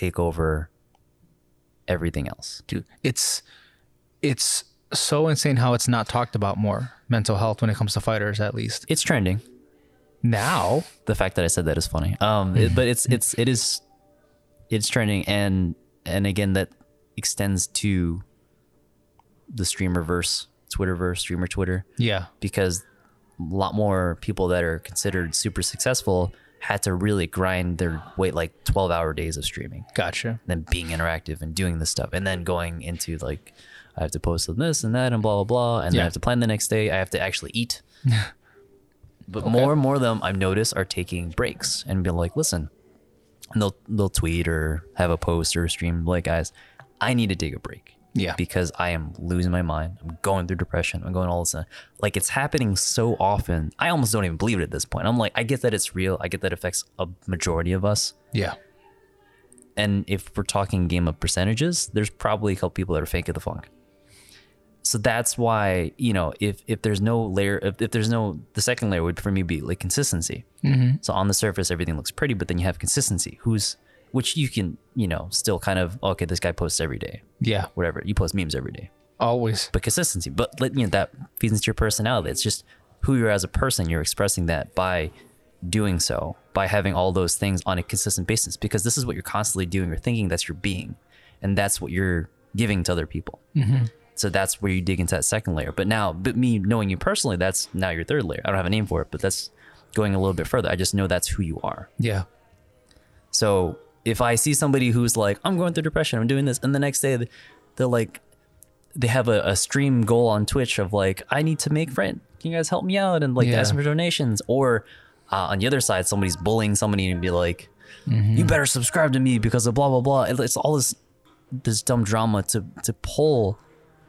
A: take over everything else.
B: Dude, it's it's so insane how it's not talked about more mental health when it comes to fighters, at least
A: It's trending.
B: now.
A: The fact that I said that is funny. Um, it- but it's it's it is it's trending and and again that extends to the streamerverse, Twitterverse, streamer Twitter.
B: Yeah.
A: because a lot more people that are considered super successful had to really grind their wait like 12 hour days of streaming
B: Gotcha.
A: then being interactive and doing this stuff and then going into like i have to post on this and that and blah blah blah and then
B: Yeah.
A: i have to plan the next day i have to actually eat but more and more of them i've noticed are taking breaks and be like listen and they'll they'll tweet or have a post or a stream like guys i need to take a break
B: Yeah.
A: because i am losing my mind i'm going through depression i'm going all this like it's happening so often i almost don't even believe it at this point i'm like i get that it's real i get that it affects a majority of us
B: Yeah.
A: and if we're talking game of percentages, there's probably a couple people that are fake of the funk. So that's why you know if if there's no layer if, if there's no the second layer would for me be like consistency. So on the surface everything looks pretty, but then you have consistency. Who's which you can you know still kind of okay this guy posts every day
B: Yeah.
A: whatever you post memes every day,
B: Always.
A: but consistency. But like, you know that feeds into your personality. It's just who you're as a person. You're expressing that by doing so by having all those things on a consistent basis because this is what you're constantly doing or thinking that's your being and that's what you're giving to other people so that's where you dig into that second layer but now but me knowing you personally that's now your third layer i don't have a name for it but that's going a little bit further i just know that's who you are
B: Yeah.
A: so if I see somebody who's like, I'm going through depression, I'm doing this, and the next day they're like, they have a, a stream goal on Twitch of like, I need to make friends. Can you guys help me out? And like,
B: Yeah.
A: ask for donations. Or uh, on the other side, somebody's bullying somebody and be like, you better subscribe to me because of blah, blah, blah. It- It's all this this dumb drama to to pull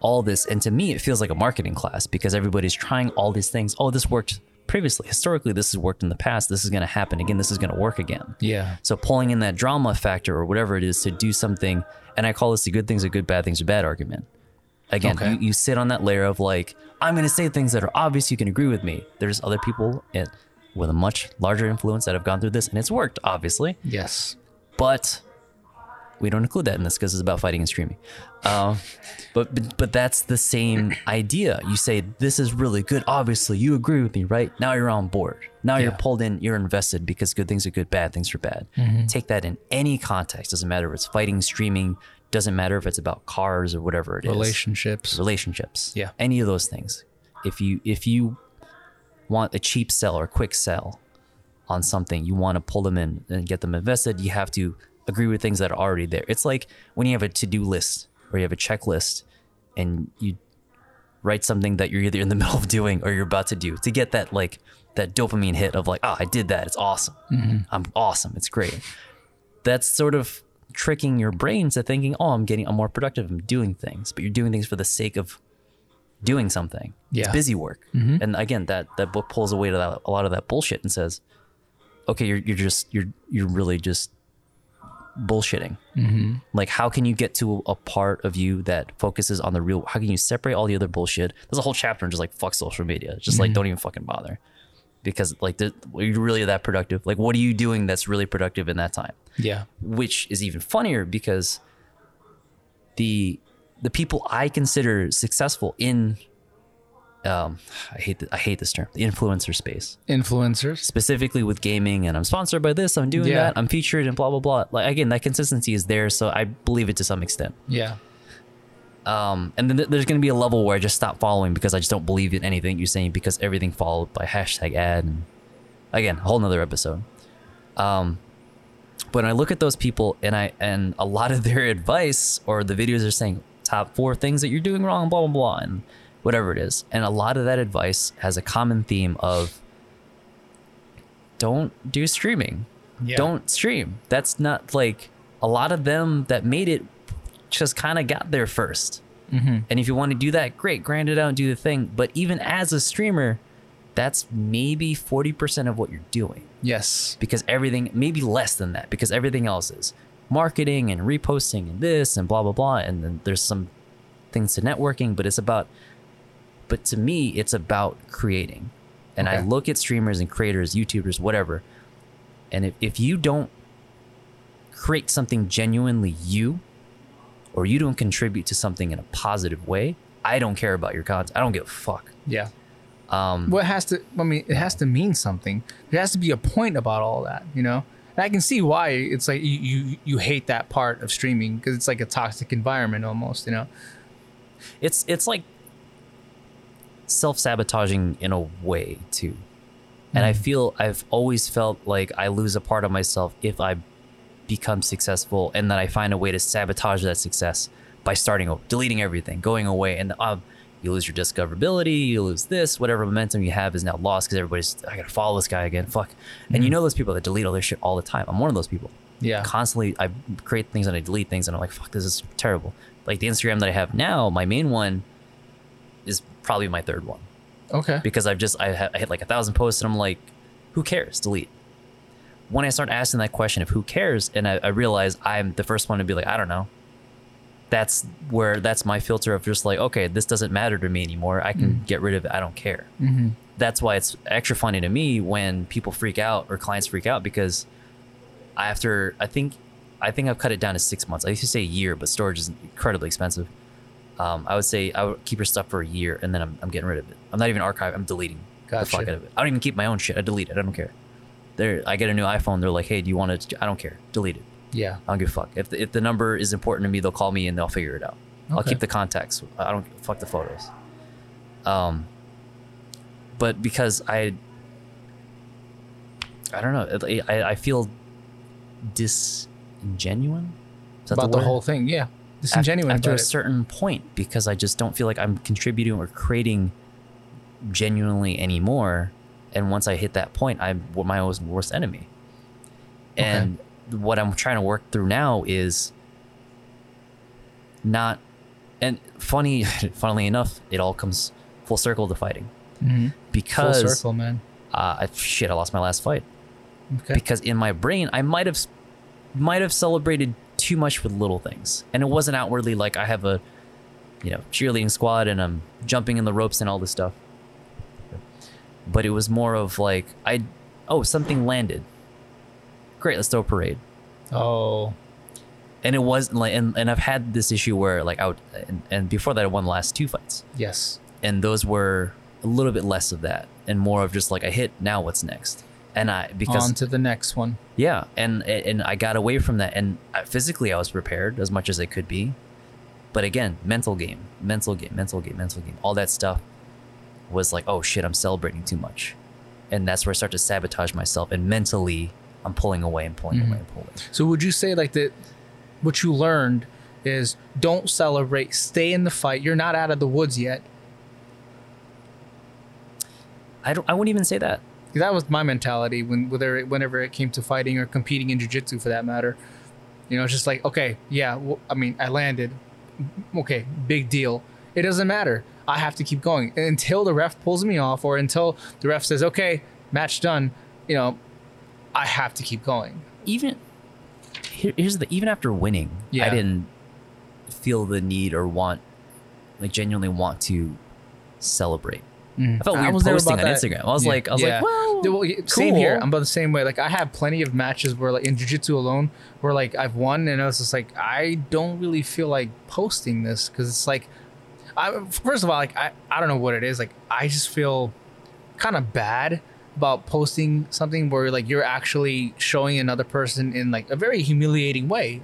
A: all this and to me it feels like a marketing class because everybody's trying all these things oh this worked previously historically this has worked in the past this is going to happen again this is going to work again
B: Yeah.
A: so pulling in that drama factor or whatever it is to do something, and I call this the good things are good, bad things are bad argument. Again,
B: Okay.
A: you, you sit on that layer of like, I'm going to say things that are obvious you can agree with me. There's other people in, with a much larger influence that have gone through this, and it's worked, obviously,
B: Yes.
A: but we don't include that in this because it's about fighting and streaming. Um, but, but but that's the same idea. You say this is really good. Obviously, you agree with me, right? Now you're on board. Now you're
B: Yeah.
A: pulled in. You're invested because good things are good, bad things are bad. Take that in any context. Doesn't matter if it's fighting, streaming. Doesn't matter if it's about cars or whatever it is.
B: Relationships.
A: Relationships.
B: Yeah.
A: Any of those things. If you if you want a cheap sell or quick sell on something, you want to pull them in and get them invested, you have to agree with things that are already there. It's like when you have a to-do list or you have a checklist and you write something that you're either in the middle of doing or you're about to do to get that like that dopamine hit of like, ah, I did that. It's awesome. I'm awesome. It's great. That's sort of tricking your brain to thinking, oh, I'm getting I'm more productive. I'm doing things, but you're doing things for the sake of doing something. It's
B: Yeah.
A: busy work. And again, that that book pulls away to that, a lot of that bullshit and says, okay, you're you're just you're you're really just bullshitting. Like, how can you get to a part of you that focuses on the real? How can you separate all the other bullshit? There's a whole chapter on just like fuck social media. It's Just like don't even fucking bother, because like the- are you really that productive? Like, what are you doing that's really productive in that time?
B: Yeah.
A: Which is even funnier because the the people I consider successful in um, I hate th- I hate this term the influencer space
B: Influencers.
A: specifically with gaming and I'm sponsored by this, I'm doing
B: Yeah.
A: that, I'm featured and blah blah blah. Like again, that consistency is there, so I believe it to some extent.
B: Yeah.
A: Um, and then th- there's gonna be a level where I just stop following because I just don't believe in anything you're saying because everything followed by hashtag ad and again, a whole nother episode. Um, but I look at those people and I and a lot of their advice or the videos are saying top four things that you're doing wrong, blah blah blah, and whatever it is. And a lot of that advice has a common theme of don't do streaming
B: Yeah.
A: don't stream. That's not like a lot of them that made it just kind of got there 1st And if you want to do that, great, grind it out and do the thing. But even as a streamer, that's maybe 40% of what you're doing
B: Yes.
A: because everything, maybe less than that, because everything else is marketing and reposting and this and blah, blah, blah. And then there's some things to networking, but it's about, but to me, it's about creating. And I
B: Okay.
A: look at streamers and creators, YouTubers, whatever. And if, if you don't create something genuinely you, or you don't contribute to something in a positive way, I don't care about your content. I don't give a fuck.
B: Yeah.
A: Um,
B: Well, it has to. I mean, it has to mean something. There has to be a point about all that, you know. And I can see why it's like you you, you hate that part of streaming because it's like a toxic environment almost, you know.
A: it's it's like self sabotaging in a way too, And I feel I've always felt like I lose a part of myself if I become successful and then I find a way to sabotage that success by starting over, deleting everything, going away. And um, you lose your discoverability, you lose this, whatever momentum you have is now lost because everybody's, I got to follow this guy again. Fuck. And you know those people that delete all their shit all the time. I'm one of those people
B: Yeah.
A: constantly I create things and I delete things and I'm like, fuck, this is terrible. Like the Instagram that I have now, my main one is probably my third one
B: Okay.
A: because I've just I, ha- I hit like a thousand posts and I'm like, who cares? Delete. When I start asking that question of who cares, and I, I realize I'm the first one to be like, I don't know. That's where that's my filter of just like, okay, this doesn't matter to me anymore. I can get rid of it. I don't care.
B: Mm-hmm.
A: That's why it's extra funny to me when people freak out or clients freak out because after I think I think I've cut it down to six months. I used to say a year, but storage is incredibly expensive. Um, I would say I would keep your stuff for a year and then I'm, I'm getting rid of it. I'm not even archiving. I'm deleting the fuck
B: Gotcha.
A: out of it. I don't even keep my own shit. I delete it. I don't care. There, I get a new iPhone. They're like, hey, do you want to? I don't care. Delete it.
B: Yeah.
A: I don't give a fuck. If the, if the number is important to me, they'll call me and they'll figure it out. I'll
B: Okay.
A: keep the contacts. I don't fuck the photos. Um, but because I, I don't know. I, I- I feel disingenuine. Is that
B: About the,
A: word?
B: whole thing. Yeah.
A: Af-
B: Disingenuine.
A: after
B: about
A: a
B: it.
A: certain point because I just don't feel like I'm contributing or creating genuinely anymore. And once I hit that point, I'm w- my own worst enemy. And what I'm trying to work through now is not. And funny, funnily enough, it all comes full circle to fighting
B: Mhm. Full
A: because
B: circle, man.
A: uh, I, shit, I lost my last fight
B: Okay.
A: because in my brain I might have might have celebrated too much with little things and it wasn't outwardly like I have a you know cheerleading squad and I'm jumping in the ropes and all this stuff but it was more of like I oh something landed great let's throw a parade
B: Oh.
A: and it wasn't like and, and I've had this issue where like out and, and before that I won the last two fights
B: Yes.
A: and those were a little bit less of that and more of just like I hit now what's next and I because
B: On to the next one.
A: yeah and and i got away from that and I- physically i was prepared as much as i could be but again mental game mental game mental game mental game all that stuff was like oh shit i'm celebrating too much and that's where i start to sabotage myself and mentally i'm pulling away and pulling away and pulling away.
B: So would you say like that what you learned is don't celebrate, stay in the fight. You're not out of the woods yet.
A: i don't i wouldn't even say that
B: 'Cause That was my mentality when whether it, whenever it came to fighting or competing in jiu-jitsu for that matter. You know, it's just like, okay, yeah, well, I mean, I landed. Okay, big deal. It doesn't matter. I have to keep going and until the ref pulls me off or until the ref says, "Okay, match done." You know, I have to keep going.
A: even here, here's the even after winning i
B: Yeah.
A: didn't feel the need or want like genuinely want to celebrate i felt
B: Mm. I
A: weird
B: was there
A: posting on
B: about that.
A: instagram i was
B: Yeah.
A: like i was
B: Yeah.
A: like well
B: Well, yeah, Same here.
A: cool.
B: I'm about the same way. Like I have plenty of matches where like in jujitsu alone, where like I've won, and I was just like, I don't really feel like posting this because it's like, I first of all, like I I don't know what it is. Like I just feel kind of bad about posting something where like you're actually showing another person in like a very humiliating way,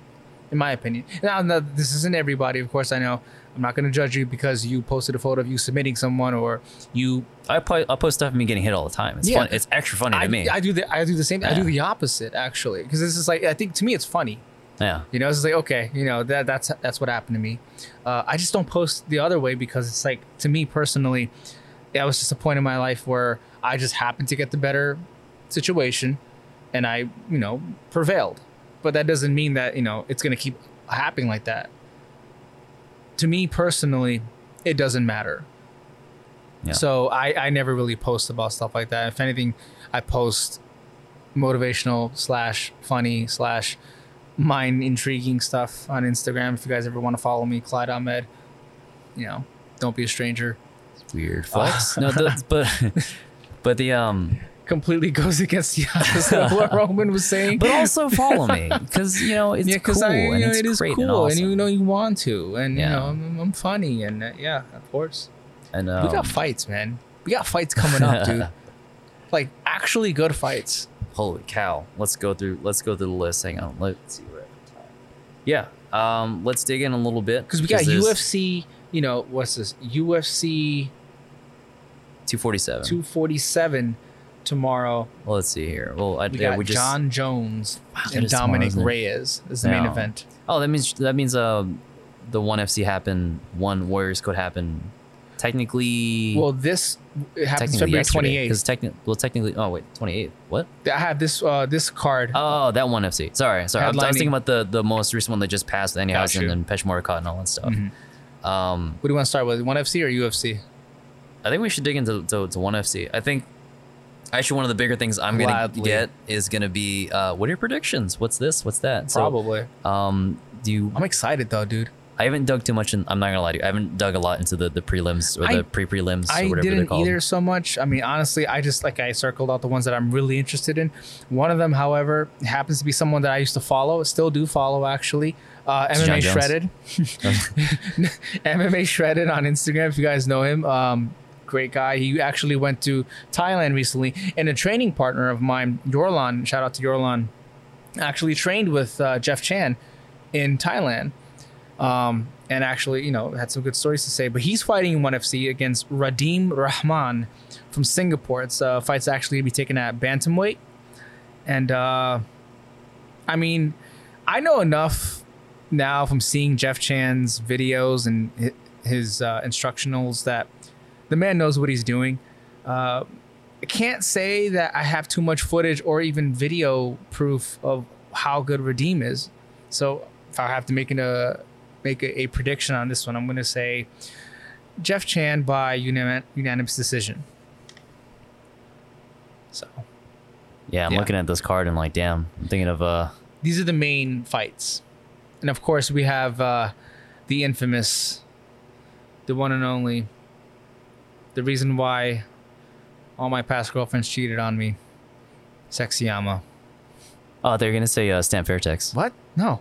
B: in my opinion. Now, now this isn't everybody, of course. I know. I'm not going to judge you because you posted a photo of you submitting someone or you
A: I po- I post stuff of me getting hit all the time. It's
B: Yeah.
A: fun. It's extra funny
B: I,
A: to me.
B: I do the I do the same. I
A: Yeah.
B: do the opposite actually, because this is like I think to me it's funny.
A: yeah.
B: You know, it's just like okay, you know that that's that's what happened to me. Uh, I just don't post the other way because it's like to me personally, that was just a point in my life where I just happened to get the better situation, and I you know prevailed. But that doesn't mean that you know it's gonna keep happening like that. To me personally, it doesn't matter.
A: Yeah.
B: So I, I never really post about stuff like that. If anything, I post motivational slash funny slash mind intriguing stuff on Instagram. If you guys ever want to follow me, Clyde Ahmed, you know, don't be a stranger.
A: Weird flex. Uh, no, that's, but but the um.
B: Completely goes against the opposite of what Roman was saying.
A: But also follow me because you know it's
B: yeah, because
A: cool
B: I, you
A: and
B: know,
A: it's
B: it is
A: great
B: cool,
A: and awesome.
B: you know you want to, and
A: Yeah.
B: you know I'm, I'm funny, and uh, yeah, of course.
A: And, um,
B: we got fights, man. We got fights coming up, dude. Like actually good fights.
A: holy cow. Let's go through. Let's go through the list. Hang on. Let's see where. Yeah. Um. Let's dig in a little bit
B: Because we got
A: there's
B: UFC, you know, what's this? UFC
A: 247.
B: 247
C: tomorrow.
A: Well, let's see here. Well, I,
B: We
A: yeah,
B: got
A: we just,
B: John Jones
A: that
B: and
A: is tomorrow,
B: Dominic
A: isn't it?
B: Reyes is the main
A: Yeah.
B: event.
A: Oh, that means that means um, the one FC happened, one Warriors could happen. Technically,
B: Well, this it happens
A: technically
B: February
A: yesterday,
B: twenty eighth.
A: Because technically, well, technically, oh wait, twenty eighth. What?
B: I have this uh, this card.
A: Oh, that one FC. Sorry, sorry. I was, I was
B: Headlining.
A: thinking about the the most recent one that just passed, Andy
B: Got you.
A: Housen and Pesh Morikot and all that stuff.
B: Mhm.
A: Um,
B: What do you want to start with? One FC or UFC?
A: I think we should dig into to, to one FC. I think actually one of the bigger things I'm gonna
B: Gladly.
A: get is gonna be uh, what are your predictions? What's this? What's that?
B: Probably.
A: So, um, do you?
B: I'm excited though, dude.
A: I haven't dug too much, in, I'm not gonna lie to you. I haven't dug a lot into the the prelims or
B: I-
A: the pre prelims
B: I
A: or whatever they're
B: didn't
A: called.
B: either so much. I mean, honestly, I just like I circled out the ones that I'm really interested in. One of them, however, happens to be someone that I used to follow, still do follow actually. Uh,
A: It's John
B: MMA
A: Jones.
B: Shredded, MMA Shredded on Instagram. If you guys know him, um, great guy. He actually went to Thailand recently, and a training partner of mine, Yorlan. Shout out to Yorlan. Actually trained with uh, Jeff Chan in Thailand um, and actually, you know, had some good stories to say. But he's fighting in ONE FC against Radim Rahman from Singapore. It's uh, fight's actually gonna be taken at bantamweight, and uh, I mean, I know enough now from seeing Jeff Chan's videos and hi- his uh, instructionals that the man knows what he's doing. Uh, I can't say that I have too much footage or even video proof of how good Redeem is. So if I have to make an, uh, make a, a prediction on this one, I'm going to say Jeff Chan by unanim- unanimous decision. So
A: Yeah, I'm
B: Yeah.
A: looking at this card and like, damn, I'm thinking of uh
B: these are the main fights, and of course we have uh, the infamous, the one and only, the reason why all my past girlfriends cheated on me, Sexyama.
A: oh they're gonna say uh Stan Fairtex.
B: What? No.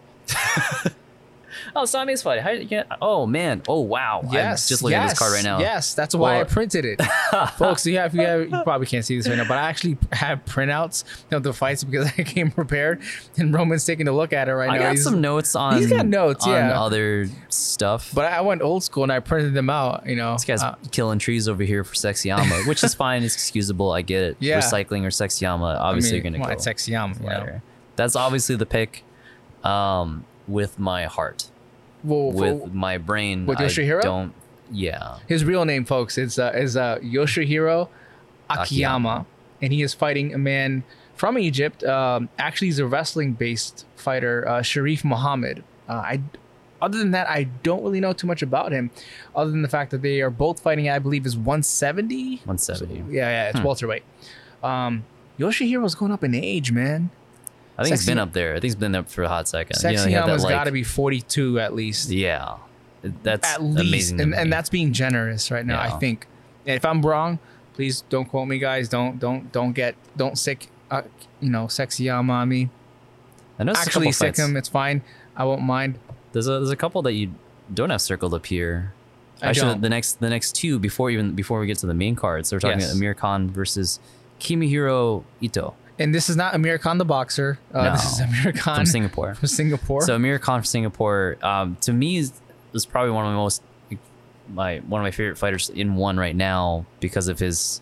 A: Oh Sami's fight. How you get oh man. Oh wow.
B: Yes.
A: I'm just looking at
B: yes,
A: this card right now.
B: Yes, that's why I
A: Well-
B: printed it, folks. You have you have you probably can't see this right now, but I actually have printouts of the fights because I came prepared, and Roman's taking a look at it right
A: I
B: now.
A: got
B: He's-
A: some notes on
B: he's got notes,
A: on
B: yeah.
A: other stuff. But
B: but I went old school and I printed them out. You know,
A: this guy's
B: Uh,
A: killing trees over here for Sexyama, which is fine, it's excusable, I get it.
B: Yeah.
A: Recycling or Sexyama,
B: I
A: obviously
B: mean,
A: you're
B: come
A: gonna
B: on,
A: go
B: it's Sexyama. You know?
A: later. That's obviously the pick. Um with my heart.
B: Well,
A: With
B: for-
A: my brain.
B: with
A: I
B: Yoshihiro?
A: Don't yeah.
B: his real name, folks, is uh, is uh, Yoshihiro Akiyama,
A: Akiyama.
B: and he is fighting a man from Egypt. Um, actually, he's a wrestling-based fighter, uh, Sharif Muhammad. Uh, I, other than that, I don't really know too much about him, other than the fact that they are both fighting. I believe is 170.
A: One seventy.
B: Yeah, yeah, it's
A: Hmm.
B: welterweight. Um, Yoshihiro's going up in age, man.
A: I think it's been
B: Sexy-
A: up there. I think it's been up for a hot second. You know,
B: Sexy
A: you have that,
B: has
A: like-
B: got to be 42 at least.
A: Yeah, that's
B: at least
A: amazing. to
B: and,
A: me.
B: and that's being generous right now i
A: Yeah.
B: think and if i'm wrong please don't quote me guys don't don't don't get don't sick uh, you know sexy yama on me
A: I know there's a
B: actually
A: couple
B: sick
A: fights.
B: him it's fine i won't mind
A: There's a there's a couple that you don't have circled up here.
B: I
A: Actually,
B: don't.
A: the next the next two before even before we get to the main cards, so we're talking
B: Yes.
A: Amir Khan versus Kimihiro Ito
B: and this is not amir khan the boxer uh, this
A: No.
B: is amir khan
A: from Singapore.
B: from singapore
A: So Amir Khan from Singapore, um, to me, is, is probably one of my most my one of my favorite fighters in one right now because of his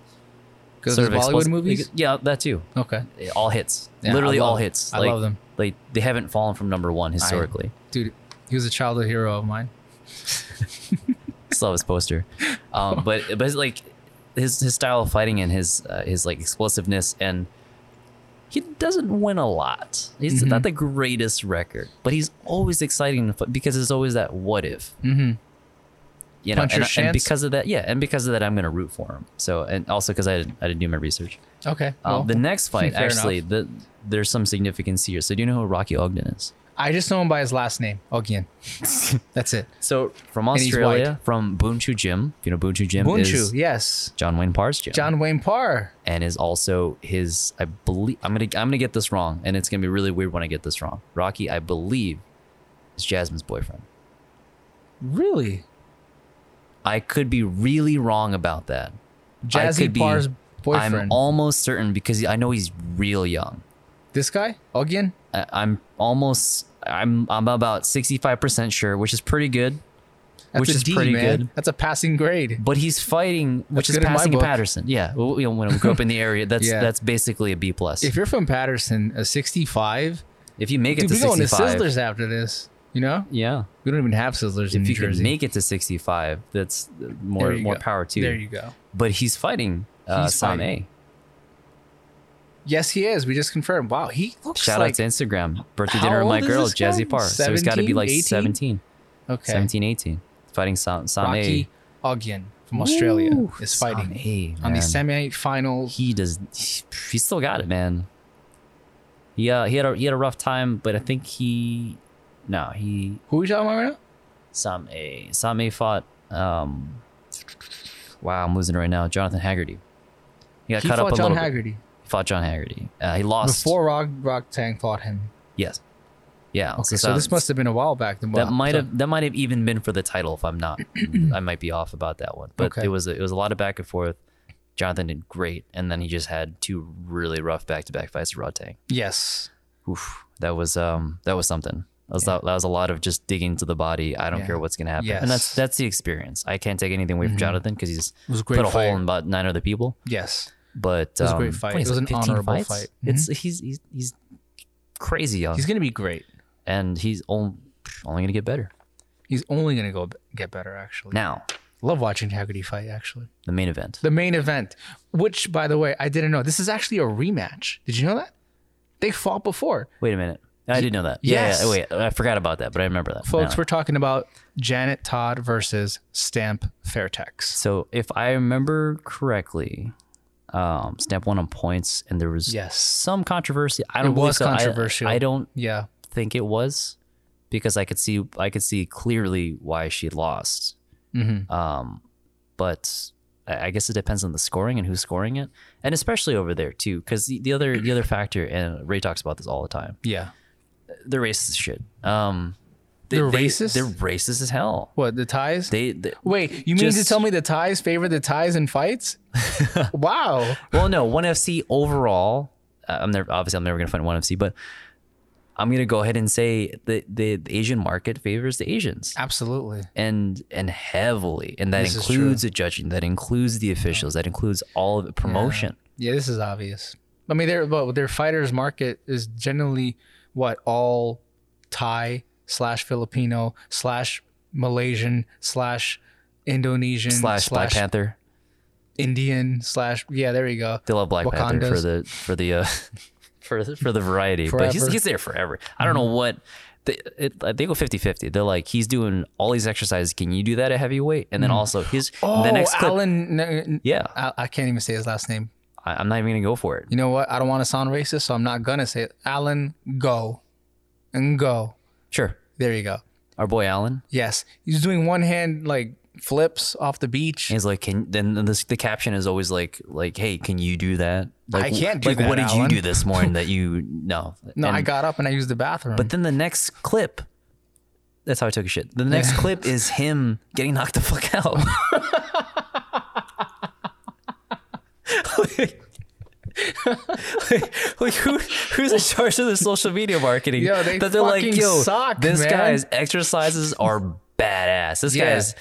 B: because
A: sort
B: of
A: of
B: bollywood
A: explos-
B: movies
A: Yeah, that too.
B: okay
A: All hits,
B: Yeah, I
A: literally all
B: love-
A: hits.
B: I
A: Like,
B: love them.
A: Like they haven't fallen from number one historically.
B: dude he was a childhood hero of mine
A: still have his poster. Um, but but it's like his his style of fighting and his uh, his like explosiveness and he doesn't win a lot. He's
B: Mm-hmm.
A: not the greatest record, but he's always exciting to fi- because there's always that what if.
B: mm-hmm.
A: You know, and,
B: Puncher's
A: and
B: chance?
A: because of that, yeah, and because of that, I'm gonna root for him. So and also because I didn't, I didn't do my research.
B: okay
A: Um,
B: well,
A: the next fight,
B: fair
A: actually, the, there's some significance here. So do you know who Rocky Ogden is?
B: i just know him by his last name again that's it
A: So from
B: And he's white.
A: Australia, from Boonchu Jim. You know Boonchu Jim
B: bunchu
A: is
B: yes
A: John Wayne Parr's gym.
B: john wayne parr
A: and is also his I believe I'm gonna I'm gonna get this wrong, and it's gonna be really weird when I get this wrong. Rocky, I believe, is Jasmine's boyfriend.
B: really
A: I could be really wrong about that. I could
B: jazzy
A: be-
B: parr's boyfriend
A: I'm almost certain because I know he's real young.
B: This guy, Ogien?
A: I, I'm almost I'm I'm about 65% sure, which is pretty good.
B: That's
A: which
B: a
A: is
B: D,
A: pretty
B: man.
A: good.
B: That's a passing grade.
A: But he's fighting, which
B: That's
A: is
B: good in my
A: passing
B: book.
A: Patterson. Yeah, well, you know, when we grew up in the area, that's
B: Yeah.
A: that's basically a B plus.
B: If
A: If,
B: you're from Patterson, a 65,
A: you make it
B: dude,
A: to
B: we're going to
A: sixty five,
B: Sizzlers after this. You know,
A: yeah,
B: we don't even have Sizzlers in
A: if
B: New
A: you can
B: Jersey.
A: make it to sixty five, that's more
B: There you
A: more
B: go.
A: power to
C: There
A: you.
C: you go.
A: But he's fighting uh,
B: He's
A: Same.
B: fighting. yes, he is. We just confirmed. Wow, he looks
A: Shout
B: like
A: out to Instagram, birthday
B: How
A: dinner with my
B: old is
A: girl
B: this guy?
A: Jazzy Parr. so he's got to be
B: 17,
A: like
B: 18?
A: 17,
B: okay.
A: 17, 18. fighting Sam Sam
B: Rocky
A: A.
B: Ogden from Australia
A: Woo!
B: is fighting
A: Same A,
B: on the
A: man.
B: semifinals.
A: he does he still got it man yeah he had a he had a rough time but i think he no he
B: Who are we talking about right now?
A: some a some a fought um wow i'm losing it right now jonathan haggerty he got
B: he
A: cut up
B: fought
A: a
B: John
A: little
B: Haggerty
A: bit fought john haggerty uh, he lost
B: before Rock Rock Tang fought him.
A: yes yeah
B: Okay, so,
A: Sam-
B: this must have been a while back. Then
A: that
B: wow.
A: might
B: So-
A: have that might have even been for the title if i'm not i might be off about that one but
B: Okay.
A: it was a, it was a lot of back and forth jonathan did great and then he just had two really rough back-to-back fights to rod tang
B: Yes.
A: oof, that was um that was something. That was, that, was a lot of just digging to the body. I don't
B: Yeah.
A: care what's gonna happen, and that's
B: Yes.
A: that's the experience. I can't take anything away from Jonathan because he's
B: It was a great
A: put a
B: fight.
A: hole in about nine other people.
B: Yes.
A: But
B: was a
A: um,
B: great fight.
A: what is
B: It was an
A: 15
B: honorable
A: fights?
B: fight. Mm-hmm.
A: It's he's he's he's crazy young,
B: He's gonna be great.
A: and he's only, only gonna get better.
B: He's only gonna go get better. Actually,
A: Now
B: love watching Haggerty fight. Actually,
A: the main event.
B: the main event, which by the way, I didn't know. This is actually a rematch. Did you know that? They fought before,
A: Wait a minute. I didn't know that. Yeah,
B: Yes.
A: yeah, wait. I forgot about that, but I remember that.
B: folks.
A: Now.
B: We're talking about Janet Todd versus Stamp Fairtex.
A: so if I remember correctly, um, Stamp won on points, and there was
B: Yes.
A: some controversy. I don't
B: It
A: believe
B: was
A: so. I-
B: controversial.
A: I, don't
B: Yeah.
A: think it was because I could see I could see clearly why she lost.
B: Mm-hmm.
A: Um, but I I guess it depends on the scoring and who's scoring it, and especially over there too, because the, the other the other factor and Ray talks about this all the time.
B: Yeah.
A: They're racist as shit. Um,
B: They're racist?
A: They're racist as hell.
B: What the ties?
A: They, they
B: Wait, you mean to
A: Just-
B: tell me the ties favor the ties in fights? wow.
A: well, no, one FC overall. uh, I'm never obviously I'm never gonna find one FC, but I'm gonna go ahead and say the, the the Asian market favors the Asians
B: Absolutely.
A: and and heavily, and that
B: This is true.
A: includes the judging, that includes the officials, that includes all of the promotion.
B: Yeah, this is obvious. I mean, their well, their fighters market is generally what all Thai slash Filipino slash Malaysian slash Indonesian
A: Slash Black Panther.
B: Indian slash yeah. There you go.
A: They love Black Panther for
B: Wakandas.
A: the for the uh, for the, for the variety, but he's
B: Forever. Mm-hmm.
A: he's there forever. I don't know what. They, it, they go 50-50. They're like, he's doing all these exercises. Can you do that at heavyweight? And then also his
B: Oh,
A: the next clip.
B: Alan. n-
A: yeah,
B: I, I can't even say his last name.
A: I, I'm not even gonna go for it.
B: You know what? I don't want to sound racist, so I'm not gonna say it. Alan, go, and go.
A: Sure.
B: There you go.
A: Our boy Alan.
B: Yes, he's doing one hand like flips off the beach.
A: He's like, can then this, the caption is always like, like, hey, can you do that? Like,
B: I
A: wh-
B: can't do
A: like,
B: that,
A: what did you
B: Alan."
A: do this morning that you no?
B: no,
A: And-
B: I got up and I used the bathroom.
A: But then the next clip, that's how I took a shit. The next clip is him getting knocked the fuck out. like, like who, who's in charge of the social media marketing?
B: Yo, they
A: that they're like,
B: fucking
A: yo,
B: suck,
A: this
B: man."
A: guy's exercises are badass. This
B: Yeah.
A: guy's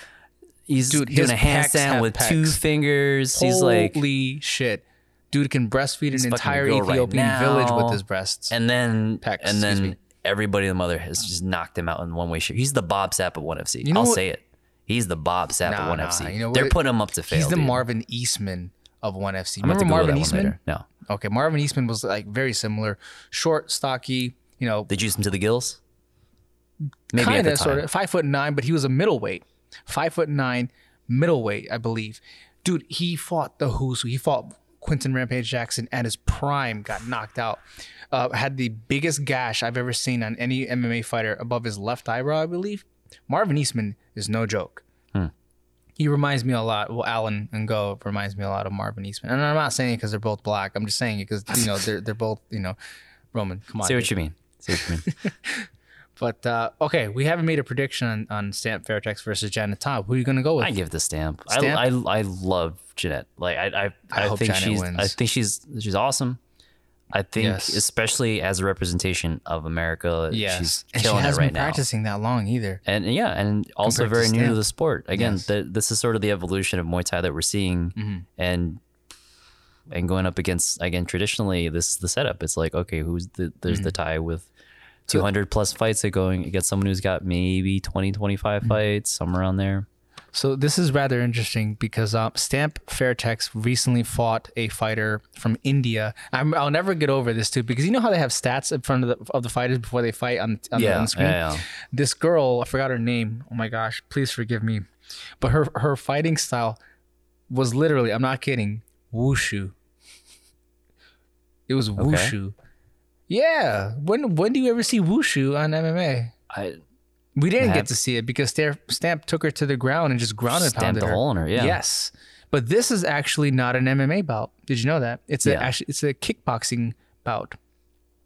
A: he's
B: Dude, his
A: doing a
B: pecs
A: handstand
B: have
A: with two
B: pecs.
A: fingers.
B: Holy
A: he's like,
B: shit, dude can breastfeed an
A: fucking
B: entire
A: girl right
B: Ethiopian village
A: now.
B: with his breasts.
A: and then
B: Pecs,
A: and
B: excuse
A: then
B: me.
A: everybody in the mother has just knocked him out in one way shape. He's the Bob Sapp of one FC.
B: know
A: I'll
B: what-
A: say it. He's the Bob Sapp
B: Nah,
A: of one
B: nah,
A: FC.
B: you know
A: They're
B: what?
A: putting him up to fail.
B: he's the
A: dude.
B: Marvin Eastman of One FC.
A: I'm gonna
B: Remember
A: have to Google
B: Marvin
A: that one
B: Eastman?
A: later. No,
B: Okay, Marvin Eastman was like very similar, short, stocky. You know,
A: they juiced him to the gills. Maybe at
B: kind
A: the
B: of
A: time.
B: sort of five foot nine, but he was a middleweight, five foot nine middleweight, I believe. Dude, he fought the who's who. He fought Quentin Rampage Jackson at his prime, got knocked out. Uh, had the biggest gash I've ever seen on any MMA fighter above his left eyebrow, I believe. Marvin Eastman is no joke.
A: Hmm.
B: He reminds me a lot. Well, Alan and Go reminds me a lot of Marvin Eastman, and I'm not saying it because they're both black. I'm just saying it because you know they're they're both you know Roman. Come on,
A: See
B: dude.
A: what you mean. See what you mean.
B: But uh, okay, we haven't made a prediction on, on Stamp Fairtex versus Janet Todd. Who are you gonna go with?
A: I give the stamp.
B: Stamp?
A: I, I I love Jeanette. Like I I,
B: I hope
A: think
B: Jeanette
A: she's I
B: wins.
A: think she's she's awesome. I think,
B: Yes.
A: especially as a representation of America,
B: Yes.
A: she's
B: and she
A: killing it
B: hasn't
A: right
B: been
A: now.
B: practicing that long either.
A: And and yeah, and also
B: Compared to
A: very new to
B: Stan.
A: the sport. Again,
B: Yes. Mm-hmm.
A: th- this is sort of the evolution of Muay Thai that we're seeing, and and going up against again traditionally this is the setup. It's like okay, who's the there's the
B: Mm-hmm.
A: tie with. 200 plus fights that going against someone who's got maybe 20
B: Mm-hmm.
A: 25 fights somewhere around there
B: So this is rather interesting because um, Stamp Fairtex recently fought a fighter from India. I'm, I'll never get over this too because you know how they have stats in front of the, of the fighters before they fight on, on, the, on the screen.
A: yeah, yeah.
B: This girl, I forgot her name. Oh my gosh, please forgive me, but her her fighting style was literally I'm not kidding wushu. It was wushu. Yeah. When when do you ever see wushu on MMA?
A: I
B: We didn't
A: That-
B: get to see it because Stamp, Stamp took her to the ground and just ground and
A: stamped
B: pounded
A: a
B: her.
A: hole in her yeah
B: Yes, but this is actually not an MMA bout. Did you know that? It's a
A: Yeah.
B: actually, it's a kickboxing bout.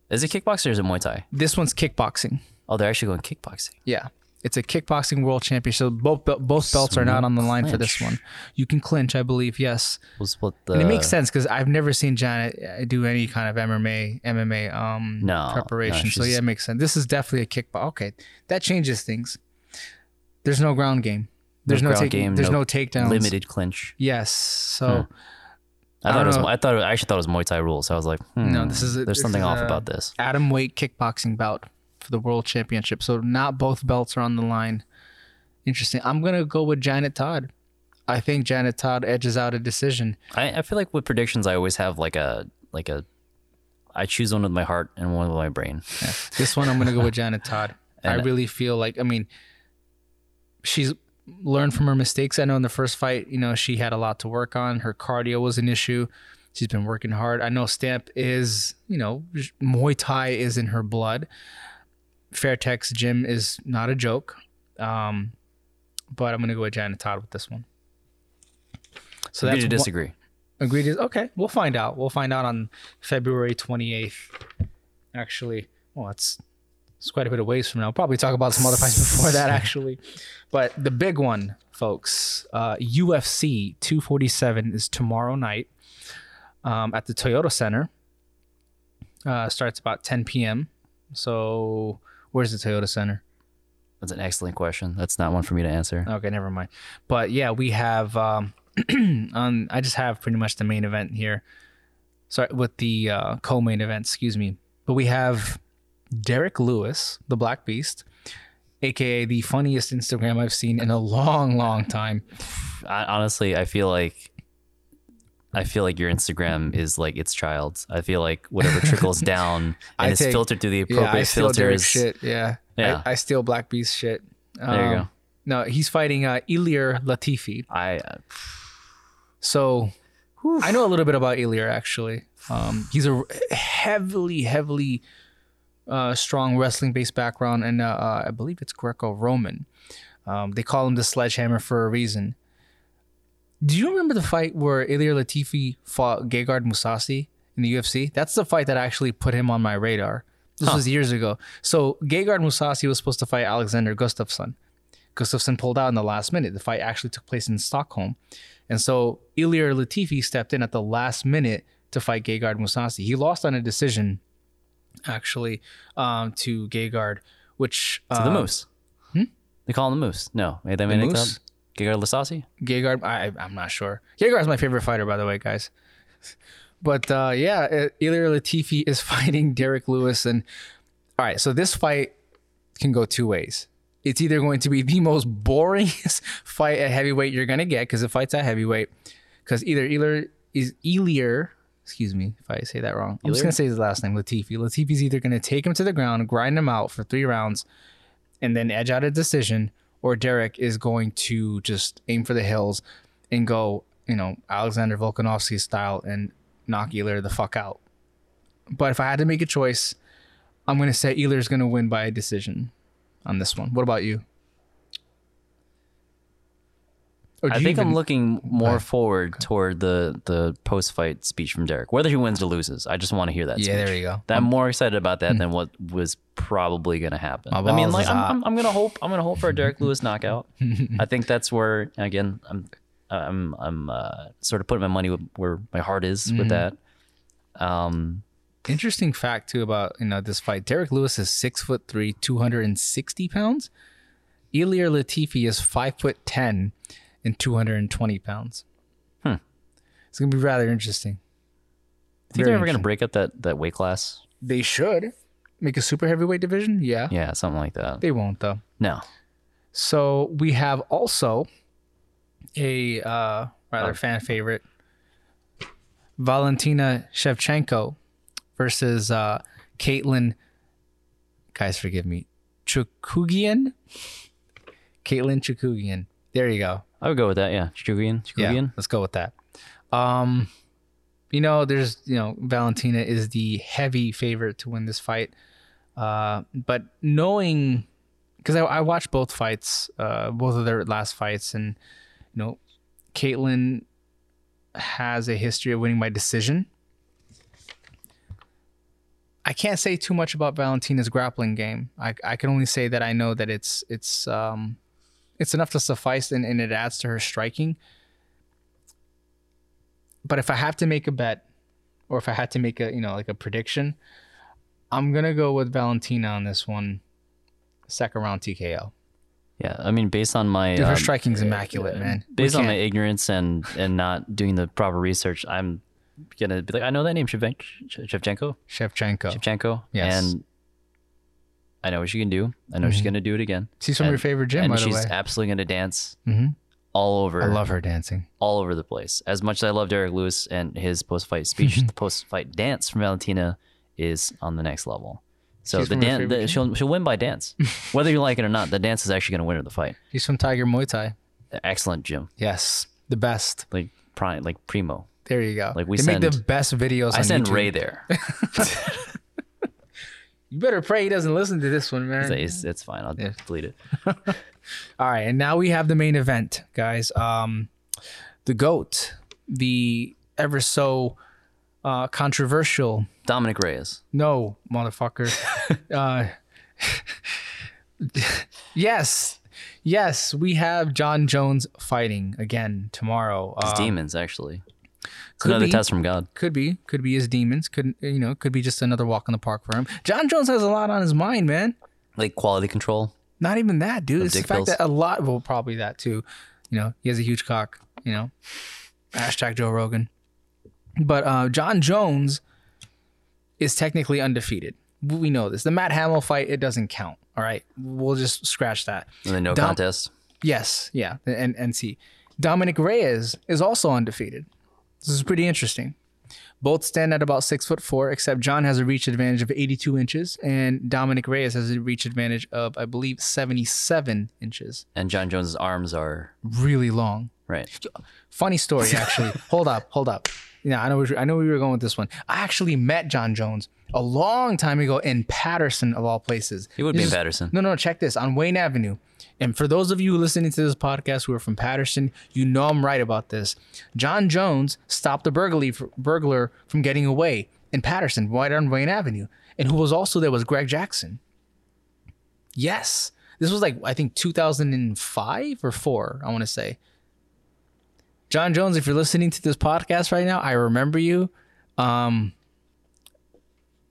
A: is it kickboxing or is it muay thai
B: This one's kickboxing.
A: oh they're actually going kickboxing
B: Yeah, it's a kickboxing world championship. Both bel- both belts are not on the line for this
A: clinch.
B: one. You can clinch, I believe. Yes,
A: was what the
B: and it makes sense because I've never seen Janet uh, do any kind of MMA MMA um
A: No, no,
B: preparation. so
A: she's-
B: yeah, it makes sense. This is definitely a kickbox. Okay, that changes things. There's no ground game. There's no,
A: ground
B: taking.
A: game,
B: there's
A: no
B: no, takedowns.
A: limited Hmm. clinch.
B: Yes. So.
A: I thought it was.
B: dunno.
A: I thought it, I actually thought it was Muay Thai rules. I was like, hmm,
B: No, this is a-
A: there's
B: this
A: something
B: is
A: off
B: a-
A: about this.
B: atom weight kickboxing bout for the world championship. So not both belts are on the line. Interesting. I'm gonna go with Janet Todd. I think Janet Todd edges out a decision.
A: I, I feel like with predictions, I always have like a like a. I choose one with my heart and one with my brain.
B: This one I'm gonna go with Janet Todd. I
A: And- uh,
B: really feel like I mean, she's learned from her mistakes. I know in the first fight, you know, she had a lot to work on. Her cardio was an issue. She's been working hard. I know Stamp is, you know, Muay Thai is in her blood. Fairtex Gym is not a joke. Um, but I'm gonna go with Janet Todd with this one. So
A: Agree
B: that's
A: to
B: one-
A: disagree.
B: Agree to okay. We'll find out. We'll find out on February 28th. Actually, well, it's it's quite a bit of ways from now. We'll probably talk about some other fights before that, actually. But the big one, folks, uh, UFC 247 is tomorrow night um, at the Toyota Center. Uh, starts about 10 p.m. So where's the Toyota Center?
A: That's an excellent question. That's not one for me to answer.
B: Okay, never mind. But yeah, we have um on I just have pretty much the main event here. Sorry, with the uh, co-main event, excuse me. But we have Derek Lewis, the Black Beast, aka the funniest Instagram I've seen in a long, long time.
A: I, honestly, I feel like. I feel like your Instagram is like its child. I feel like whatever trickles down
B: I
A: and is
B: take-
A: filtered through the appropriate
B: Derek
A: filters.
B: shit. Yeah,
A: Yeah.
B: I, I steal Black Beast shit.
A: There you
B: Um,
A: go.
B: No, he's fighting uh, Ilir Latifi.
A: I
B: So I know a little bit about Ilir actually. Um, he's a heavily, heavily uh, strong wrestling based background, and uh, uh, I believe it's Greco Roman. Um, they call him the sledgehammer for a reason. Do you remember the fight where Ilir Latifi fought Gegard Mousasi in the UFC? That's the fight that actually put him on my radar. This was years ago. So Gegard Mousasi was supposed to fight Alexander Gustafsson. Gustafsson pulled out in the last minute. The fight actually took place in Stockholm. And so Ilir Latifi stepped in at the last minute to fight Gegard Mousasi. He lost on a decision, actually, um, to Gegard, which
A: to the
B: uh,
A: moose. They call him the moose. No, they made it up.
B: moose?
A: Gegard Lasasi.
B: Gegard, I, I'm not sure. Gegard's my favorite fighter, by the way, guys. But uh, yeah, uh, Ilir Latifi is fighting Derek Lewis, and all right, so this fight can go two ways. It's either going to be the most boring fight at heavyweight you're gonna get because the fight's at heavyweight, because either Ilir is Ilir, excuse me if I say that wrong. I'm just
A: Ilir?
B: gonna say his last name, Latifi. Latifi's either gonna take him to the ground, grind him out for three rounds, and then edge out a decision, or Derek is going to just aim for the hills and go, you know, Alexander Volkanovski style and knock Ilir the fuck out. But if I had to make a choice, I'm gonna say Iler's gonna win by a decision on this one. What about you? Or do
A: I
B: you
A: think I'm
B: even-
A: looking more forward toward the the post fight speech from Derek, whether he wins or loses. I just want to hear that.
B: Yeah,
A: speech.
B: there you go. Hmm.
A: I'm more excited about that than what was probably going to happen.
B: My
A: I mean,
B: balls
A: like
B: is
A: I'm,
B: hot.
A: I'm, I'm gonna hope I'm gonna hope for a Derek Lewis knockout. I think that's where again I'm
B: Mm-hmm.
A: I'm I'm uh, sort of putting my money where my heart is with that. Um,
B: interesting fact too about you know this fight. Derek Lewis is six foot three, two hundred and sixty pounds. Ilir Latifi is five foot ten and two hundred and twenty pounds.
A: Hmm.
B: It's gonna be rather interesting.
A: Think
B: Very
A: they're ever gonna
B: interesting.
A: break up that that weight class?
B: They should make a super heavyweight division. Yeah,
A: Yeah, something like that.
B: they won't though.
A: No,
B: So we have also a uh, rather
A: Oh.
B: fan favorite, Valentina Shevchenko versus uh, Caitlin. Guys, forgive me, Chukugian. Caitlin Chukugian. There you go.
A: I would go with that. Yeah, Chugugian.
B: Yeah,
A: Chugugian.
B: let's go with that. Um, you know, there's you know Valentina is the heavy favorite to win this fight, uh, but knowing because I, I watched both fights, uh, both of their last fights, and you know, Caitlyn has a history of winning by decision. I can't say too much about Valentina's grappling game. I, I can only say that I know that it's it's um, it's enough to suffice, and, and it adds to her striking but if I have to make a bet, or if I had to make a you know like a prediction, I'm gonna go with Valentina on this one. Second round TKO.
A: Yeah. I mean, based on my
B: Dude, her
A: um,
B: striking's immaculate, man. We
A: based on my
B: can't-
A: ignorance and and not doing the proper research, I'm gonna be like, I know that name, Shevchen- Shevchenko.
B: Shevchenko.
A: Shevchenko.
B: Yes.
A: And I know what she can do. I know she's gonna do it again.
B: She's from
A: and-
B: your favorite gym, by
A: and
B: the
A: she's
B: way.
A: absolutely gonna dance
B: Mhm.
A: all over
B: I love her dancing.
A: all over the place. As much as I love Derek Lewis and his post fight speech, the post fight dance from Valentina is on the next level. So
B: She's
A: the
B: one of my
A: dance,
B: favorite
A: the, she'll she'll win by dance, whether you like it or not. The dance is actually going to win her the fight.
B: She's from Tiger Muay Thai.
A: Excellent, Jim.
B: Yes, the best.
A: Like prime, like primo.
B: There you go.
A: Like, we
B: they make the
A: send-
B: best videos.
A: I
B: on
A: send
B: YouTube.
A: Ray there.
B: You better pray he doesn't listen to this one, man.
A: it's, it's fine. I'll
B: Yeah.
A: delete it.
B: All right, and now we have the main event, guys. Um, the goat, the ever so uh, controversial.
A: Dominic Reyes.
B: No, motherfucker. uh, yes, yes, we have John Jones fighting again tomorrow.
A: His
B: Uh,
A: demons actually. It's
B: could
A: another
B: be.
A: test from God.
B: Could be, could be his demons. Could you know? Could be just another walk in the park for him. John Jones has a lot on his mind, man.
A: Like quality control.
B: Not even that, dude.
A: Of
B: It's the
A: dick
B: fact
A: pills.
B: that a lot, well, probably that too. You know, he has a huge cock. You know, hashtag Joe Rogan. But uh, John Jones is technically undefeated. We know this. The Matt Hamill fight, it doesn't count. All right, we'll just scratch that.
A: And then no
B: Dom-
A: contest.
B: Yes, yeah, and NC. Dominic Reyes is also undefeated. This is pretty interesting. Both stand at about six foot four, except John has a reach advantage of 82 inches, and Dominic Reyes has a reach advantage of, I believe, 77 inches.
A: And John Jones' arms are
B: Really long.
A: right.
B: Funny story, actually. hold up, hold up. Yeah, I know. we- I know we were going with this one. I actually met John Jones a long time ago in Patterson, of all places.
A: He would
B: This
A: be in
B: is-
A: Patterson.
B: no, no, check this on Wayne Avenue. And for those of you listening to this podcast who are from Patterson, you know I'm right about this. John Jones stopped the burglary burglar from getting away in Patterson, right on Wayne Avenue. And who was also there was Greg Jackson. Yes. This was like, I think 2005 or four, I want to say. John Jones, if you're listening to this podcast right now, I remember you. Um,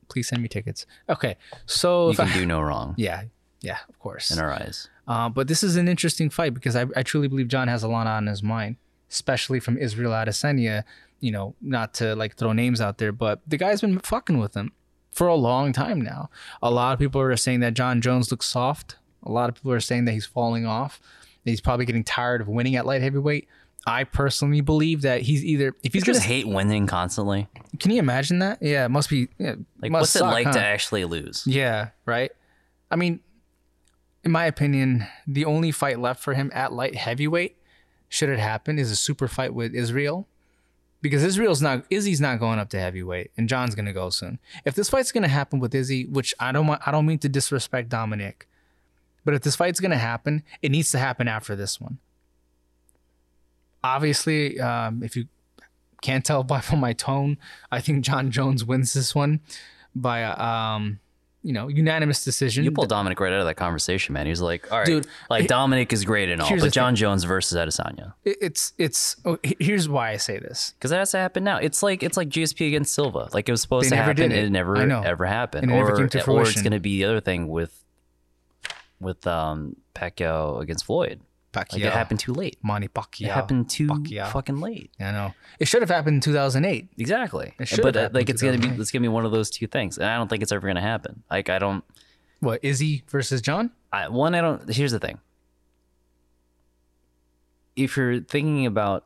B: please send me tickets. Okay. So
A: You
B: if I-
A: can do no wrong
B: yeah, yeah, of course.
A: in our eyes.
B: Uh, but this is an interesting fight because I, I truly believe John has a lot on his mind, especially from Israel Adesanya. You know, not to like throw names out there, but the guy's been fucking with him for a long time now. A lot of people are saying that John Jones looks soft. A lot of people are saying that he's falling off. that He's probably getting tired of winning at light heavyweight. I personally believe that he's either if he's
A: You just
B: gonna
A: hate winning constantly.
B: can you imagine that? Yeah, it must be yeah,
A: Like,
B: must
A: what's it
B: suck,
A: like
B: huh?
A: to actually lose?
B: Yeah, right. I mean, in my opinion, the only fight left for him at light heavyweight, should it happen, is a super fight with Israel. Because Israel's not Izzy's not going up to heavyweight, and John's gonna go soon. If this fight's gonna happen with Izzy, which I don't want, I don't mean to disrespect Dominic, but if this fight's gonna happen, it needs to happen after this one. Obviously, um, if you can't tell by from my tone, I think John Jones wins this one by uh, um, you know unanimous decision.
A: You pulled Dominic right out of that conversation, man. He was like, all right,
B: Dude,
A: like Dominic is great and all,
B: here's the
A: but John Jones versus Adesanya.
B: It- it's it's. Oh, he- here's why I say this.
A: Because that has to happen now. It's like it's like GSP against Silva. Like it was supposed
B: They
A: to
B: never
A: happen,
B: did it.
A: and it never
B: I know.
A: ever happened.
B: And it
A: or,
B: never came to
A: or it's
B: fruition.
A: gonna be the other thing with with um Pacquiao against Floyd.
B: Pacquiao,
A: Like it happened too late.
B: Manny Pacquiao.
A: It happened too
B: Pacquiao.
A: fucking late.
B: I know. It should have happened in 2008.
A: Exactly.
B: It should
A: But
B: have
A: uh,
B: happened
A: like
B: in
A: it's gonna be
B: 2008.
A: it's gonna be one of those two things, and I don't think it's ever gonna happen. Like I don't.
B: What Izzy versus John?
A: I, one, I don't. Here's the thing. If you're thinking about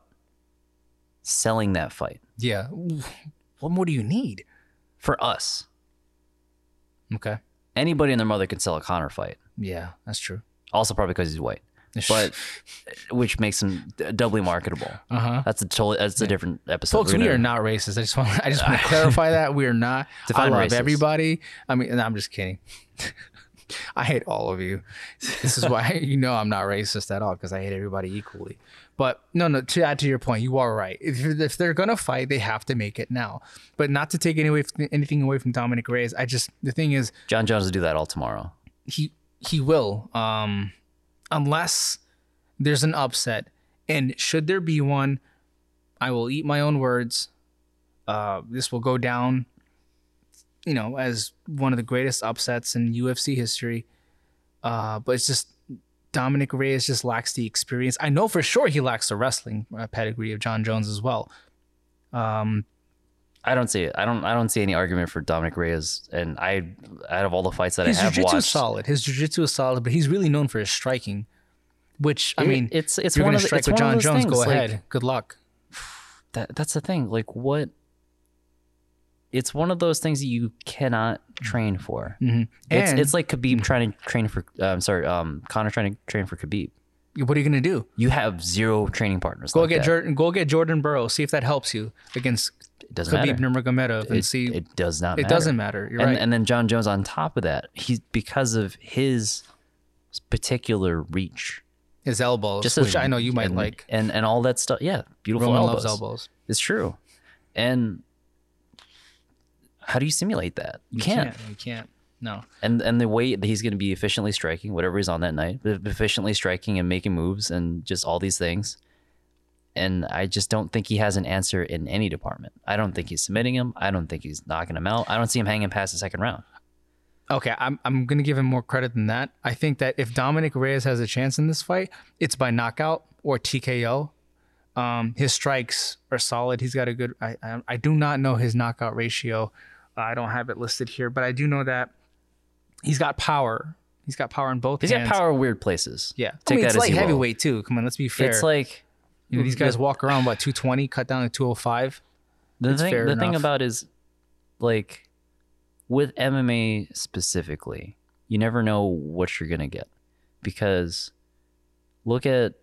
A: selling that fight
B: Yeah. Ooh, What more do you need?
A: for us,
B: Okay.
A: anybody and their mother could sell a Connor fight.
B: Yeah, that's true.
A: Also, probably because he's white, but uh, which makes him d- doubly marketable.
B: uh huh.
A: That's a totally. That's a different episode.
B: Folks,
A: We're
B: we
A: gonna-
B: are not racist. I just want I just want to clarify that we are not. I
A: Define
B: love
A: racist.
B: everybody. I mean, no, I'm just kidding. I hate all of you. This is why you know I'm not racist at all because I hate everybody equally. But no, no. To add to your point, you are right. If, if they're gonna fight, they have to make it now. But not to take any away from, anything away from Dominic Reyes. I just the thing is
A: John Jones will do that all tomorrow.
B: he he will um unless there's an upset and should there be one i will eat my own words uh this will go down you know as one of the greatest upsets in ufc history uh but it's just dominic reyes just lacks the experience i know for sure he lacks the wrestling uh, pedigree of john jones as well um
A: I don't see it. I don't. I don't see any argument for Dominic Reyes. And I, out of all the fights that
B: his
A: I have
B: jiu-jitsu is
A: watched,
B: solid his jiu-jitsu is solid but he's really known for his striking which i
A: it-
B: mean
A: it's it's
B: if you're
A: one
B: going
A: of
B: to
A: the,
B: strike
A: it's
B: with
A: one of
B: John
A: those
B: Jones,
A: things,
B: go
A: like,
B: ahead. Good luck.
A: that that's the thing. Like what it's one of those things that you cannot train for. Mm-hmm. It's
B: And
A: it's like Khabib trying to train for uh, I'm sorry, um Connor trying to train for Khabib.
B: what are you going to do?
A: You have zero training partners.
B: Go
A: like uh,
B: get
A: that.
B: Jordan. Go get Jordan Burrow. See if that helps you against
A: It doesn't
B: Khabib
A: matter.
B: Nurmagomedov, and
A: It,
B: see it,
A: it does not. matter.
B: doesn't matter. You're
A: and,
B: right.
A: and then John Jones on top of that, he's because of his particular reach.
B: His elbows,
A: Just
B: which
A: his-
B: I know you might
A: and,
B: like.
A: and and all that stuff. Yeah, beautiful
B: Roman
A: elbows.
B: loves elbows.
A: It's true, and how do you simulate that? You, can't.
B: You can't. No.
A: and and the way that he's going to be efficiently striking whatever he's on that night e- efficiently striking and making moves and just all these things and i just don't think he has an answer in any department i don't think he's submitting him i don't think he's knocking him out i don't see him hanging past the second round
B: Okay, I'm I'm gonna give him more credit than that. I think that if Dominic Reyes has a chance in this fight, it's by knockout or TKO. Um, his strikes are solid. He's got a good. I I, I do not know his knockout ratio. Uh, I don't have it listed here, but I do know that he's got power. He's got power in both.
A: he's
B: hands.
A: got power in weird places
B: Yeah, I
A: Take
B: mean,
A: that
B: it's
A: as
B: like
A: you will.
B: heavyweight too. Come on, let's be fair.
A: it's like
B: You know, these guys walk around what 220, cut down to 205.
A: the
B: It's
A: thing
B: fair
A: the thing
B: enough.
A: about is like with MMA specifically, you never know what you're gonna get because look at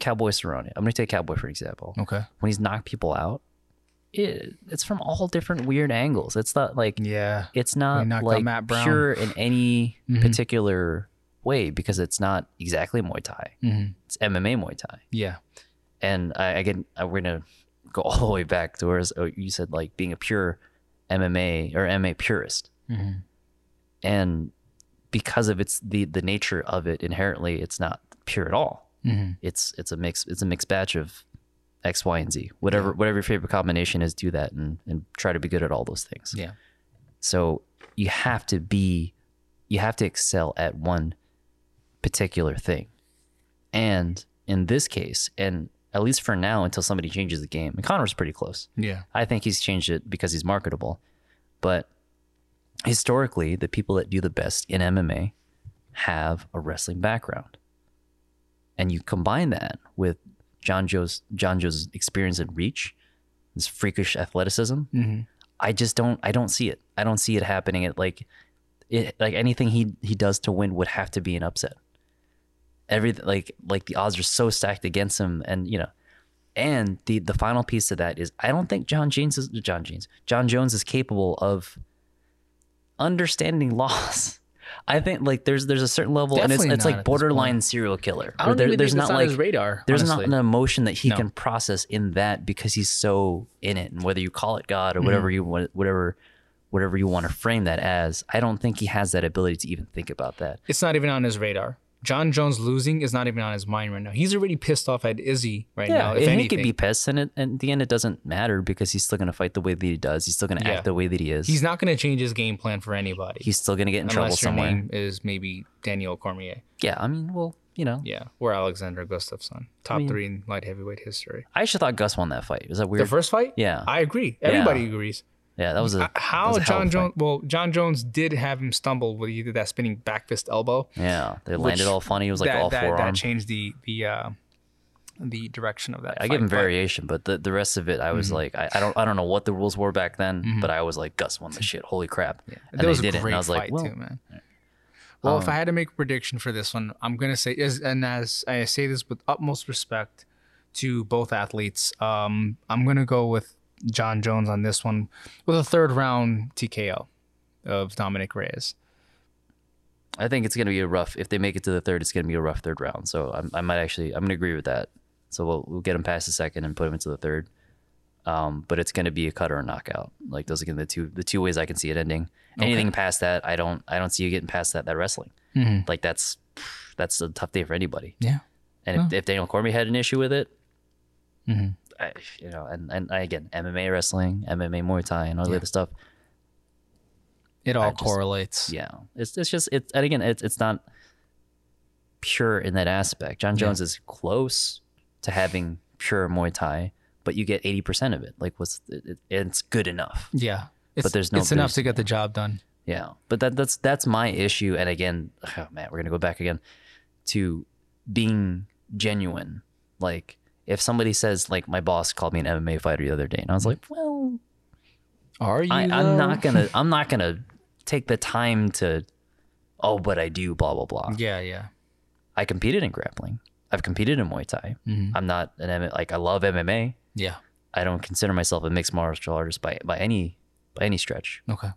A: Cowboy Cerrone. I'm gonna take Cowboy for example.
B: Okay.
A: When he's knocked people out, it, it's from all different weird angles. It's not like
B: Yeah.
A: it's not
B: knocked out
A: like
B: Matt Brown.
A: pure in any
B: Mhm.
A: particular way because it's not exactly Muay Thai.
B: Mhm.
A: It's MMA Muay Thai
B: Yeah.
A: and I again we're gonna go all the way back to where you said like being a pure MMA or MMA purist,
B: Mhm.
A: and because of its the the nature of it inherently, it's not pure at all.
B: Mhm.
A: It's it's a mix it's a mixed batch of X, Y, and Z. Whatever whatever your favorite combination is, do that and and try to be good at all those things.
B: Yeah.
A: So you have to be, you have to excel at one particular thing. And in this case, and at least for now, until somebody changes the game, and Connor's pretty close.
B: Yeah.
A: I think he's changed it because he's marketable. But historically, the people that do the best in MMA have a wrestling background. And you combine that with John Joe's John Joe's experience and reach, his freakish athleticism,
B: Mhm.
A: I just don't I don't see it. I don't see it happening at like it like anything he he does to win would have to be an upset. Every like like the odds are so stacked against him and you know and the the final piece of that is I don't think John Jones is John Jones. John Jones is capable of understanding loss. I think like there's there's a certain level and
B: Definitely
A: it's it's
B: not
A: like
B: at this point.
A: borderline serial killer.
B: I
A: where
B: don't
A: there-
B: even
A: there's
B: think
A: not
B: that's on
A: like
B: his radar.
A: there's
B: honestly.
A: not an emotion that he
B: No.
A: can
B: Mm-hmm.
A: process in that because he's so in it and whether you call it god or whatever you want whatever whatever you want to frame that as. I don't think he has that ability to even think about that.
B: It's not even on his radar. John Jones losing is not even on his mind right now. He's already pissed off at Izzy right now. If
A: and
B: anything,
A: he could be pissed, and it, and at the end, it doesn't matter because he's still going to fight the way that he does. He's still going to
B: Yeah.
A: act the way that he is.
B: he's not going to change his game plan for anybody.
A: he's still going to get in trouble
B: unless your
A: somewhere.
B: name is maybe Daniel Cormier.
A: Yeah, I mean, well, you know,
B: Yeah, or Alexander Gustafsson. Top
A: mean-
B: three in light heavyweight history.
A: I actually thought Gus won that fight. Was that
B: The
A: weird?
B: first fight.
A: yeah,
B: I agree.
A: Yeah.
B: Everybody agrees.
A: yeah, that was a
B: Uh, How
A: that was a hell of
B: John
A: a fight.
B: Jones? Well, John Jones did have him stumble when he did that spinning back fist elbow.
A: Yeah, they
B: which-
A: landed all funny. It was like
B: that,
A: all
B: that,
A: forearm.
B: that changed the the uh, the direction of that.
A: I give him
B: fight, Mm-hmm. but-
A: variation, but the, the rest of it, I was like, I, I don't I don't know what the rules were back then, but I was like, Gus won the shit. Holy crap! Yeah. And
B: Mm-hmm. that was
A: they
B: a
A: did it,
B: great
A: and I was like, Um,
B: fight
A: well,
B: too, man. Well, if I had to make a prediction for this one, I'm gonna say, as, and as I say this with utmost respect to both athletes, um, I'm gonna go with John Jones on this one with a third round TKO of Dominic Reyes.
A: I think it's gonna be a rough. If they make it to the third, it's gonna be a rough third round. So I'm, I might actually I'm gonna agree with that. So we'll, we'll get him past the second and put him into the third. Um, but it's gonna be a cut or a knockout. Like those are gonna be the two the two ways I can see it ending. Anything past that, I don't I don't see you getting past that that wrestling.
B: Mhm.
A: Like that's that's a tough day for anybody.
B: Yeah.
A: And if, if Daniel Cormier had an issue with it, I, you know, and, and I, again, MMA wrestling, MMA Muay Thai, and all the other stuff.
B: It all
A: just-
B: correlates.
A: Yeah, it's it's just it's and again, it's it's not pure in that aspect. John Jones is close to having pure Muay Thai, but you get eighty percent of it. Like, what's it, it, it's good enough.
B: Yeah. It's,
A: there's no-
B: it's enough
A: there's-
B: to get the job done.
A: Yeah, but that that's that's my issue. And again, oh man, we're gonna go back again to being genuine. Like, if somebody says, like, my boss called me an MMA fighter the other day, and I was like, well,
B: Are you?
A: I,
B: though?
A: I'm not gonna I'm not gonna take the time to oh but I do blah blah blah.
B: Yeah, yeah.
A: I competed in grappling. I've competed in Muay Thai.
B: Mhm.
A: I'm not an M- like I love MMA.
B: Yeah.
A: I don't consider myself a mixed martial artist by by any by any stretch
B: Okay.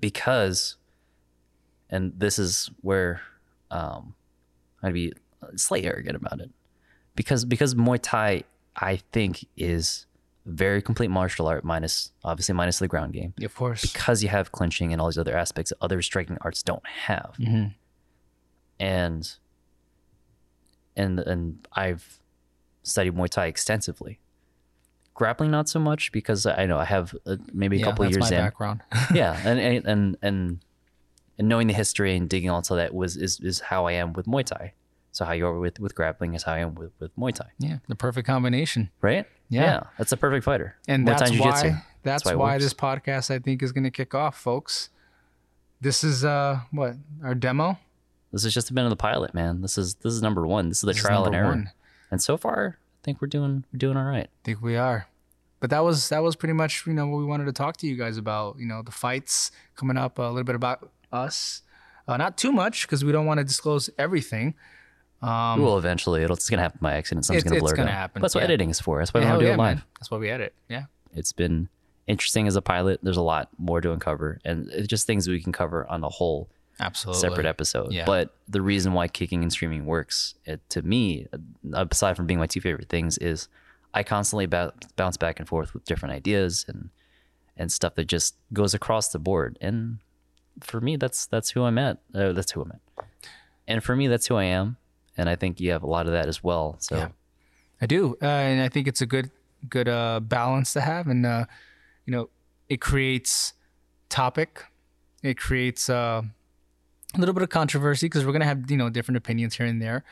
A: because and this is where um I'd be slightly arrogant about it because because Muay Thai I think is very complete martial art minus obviously minus the ground game
B: Of course.
A: because you have clinching and all these other aspects that other striking arts don't have.
B: Mhm.
A: And and and I've studied Muay Thai extensively. Grappling not so much because I know I have uh, maybe a
B: yeah,
A: couple
B: that's
A: years
B: my
A: in.
B: background.
A: yeah, and and and and and knowing the history and digging onto that was is is how I am with Muay Thai. So how you are with with grappling is how I am with with Muay Thai,
B: yeah, the perfect combination.
A: right?
B: Yeah.
A: that's a perfect fighter.
B: And
A: Muay
B: that's
A: Thai Jiu-Jitsu.
B: why that's
A: why
B: why,
A: it works.
B: this podcast I think is going to kick off, folks. This is uh what our demo.
A: This has just been the pilot, man. This is this is number one. This is the
B: This is
A: trial and
B: number
A: error.
B: one.
A: And so far, I think we're doing we're doing all right.
B: I think we are. But that was that was pretty much you know what we wanted to talk to you guys about. You know the fights coming up, a little bit about us. Uh, not too much because we don't want to disclose everything. Um,
A: well, eventually, it'll, it's gonna happen by accident. Someone's
B: It's-
A: gonna
B: it's
A: blur it
B: gonna
A: out.
B: happen,
A: But That's what
B: yeah.
A: editing is for. That's why we
B: yeah,
A: don't
B: hell
A: do
B: yeah,
A: it live.
B: man. That's why we edit. Yeah.
A: It's been interesting as a pilot. There's a lot more to uncover, and it's just things we can cover on the whole
B: Absolutely.
A: separate episode.
B: Yeah.
A: But the reason why kicking and streaming works it, to me, uh, aside from being my two favorite things, is I constantly ba- bounce back and forth with different ideas and and stuff that just goes across the board. And for me, that's that's who I'm at. Uh, that's who I'm at. And for me, that's who I am. And I think you have a lot of that as well. So
B: Yeah. I do, uh, and I think it's a good good uh, balance to have, and uh, you know, it creates topic, it creates uh, a little bit of controversy because we're gonna have you know different opinions here and there,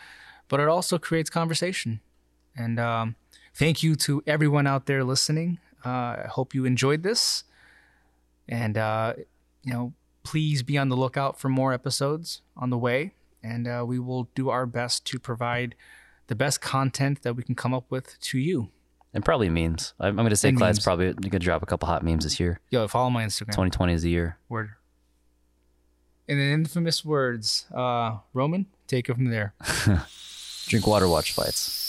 B: but it also creates conversation. And um, thank you to everyone out there listening. Uh, I hope you enjoyed this, and uh, you know, please be on the lookout for more episodes on the way, and uh, we will do our best to provide the best content that we can come up with to you.
A: and probably memes. I'm, I'm going to say
B: And
A: Clyde's
B: memes.
A: probably going to drop a couple hot memes this year.
B: Yo, follow my Instagram.
A: 2020 is the year.
B: Word. And then infamous words. Uh, Roman, take it from there.
A: Drink water, watch fights.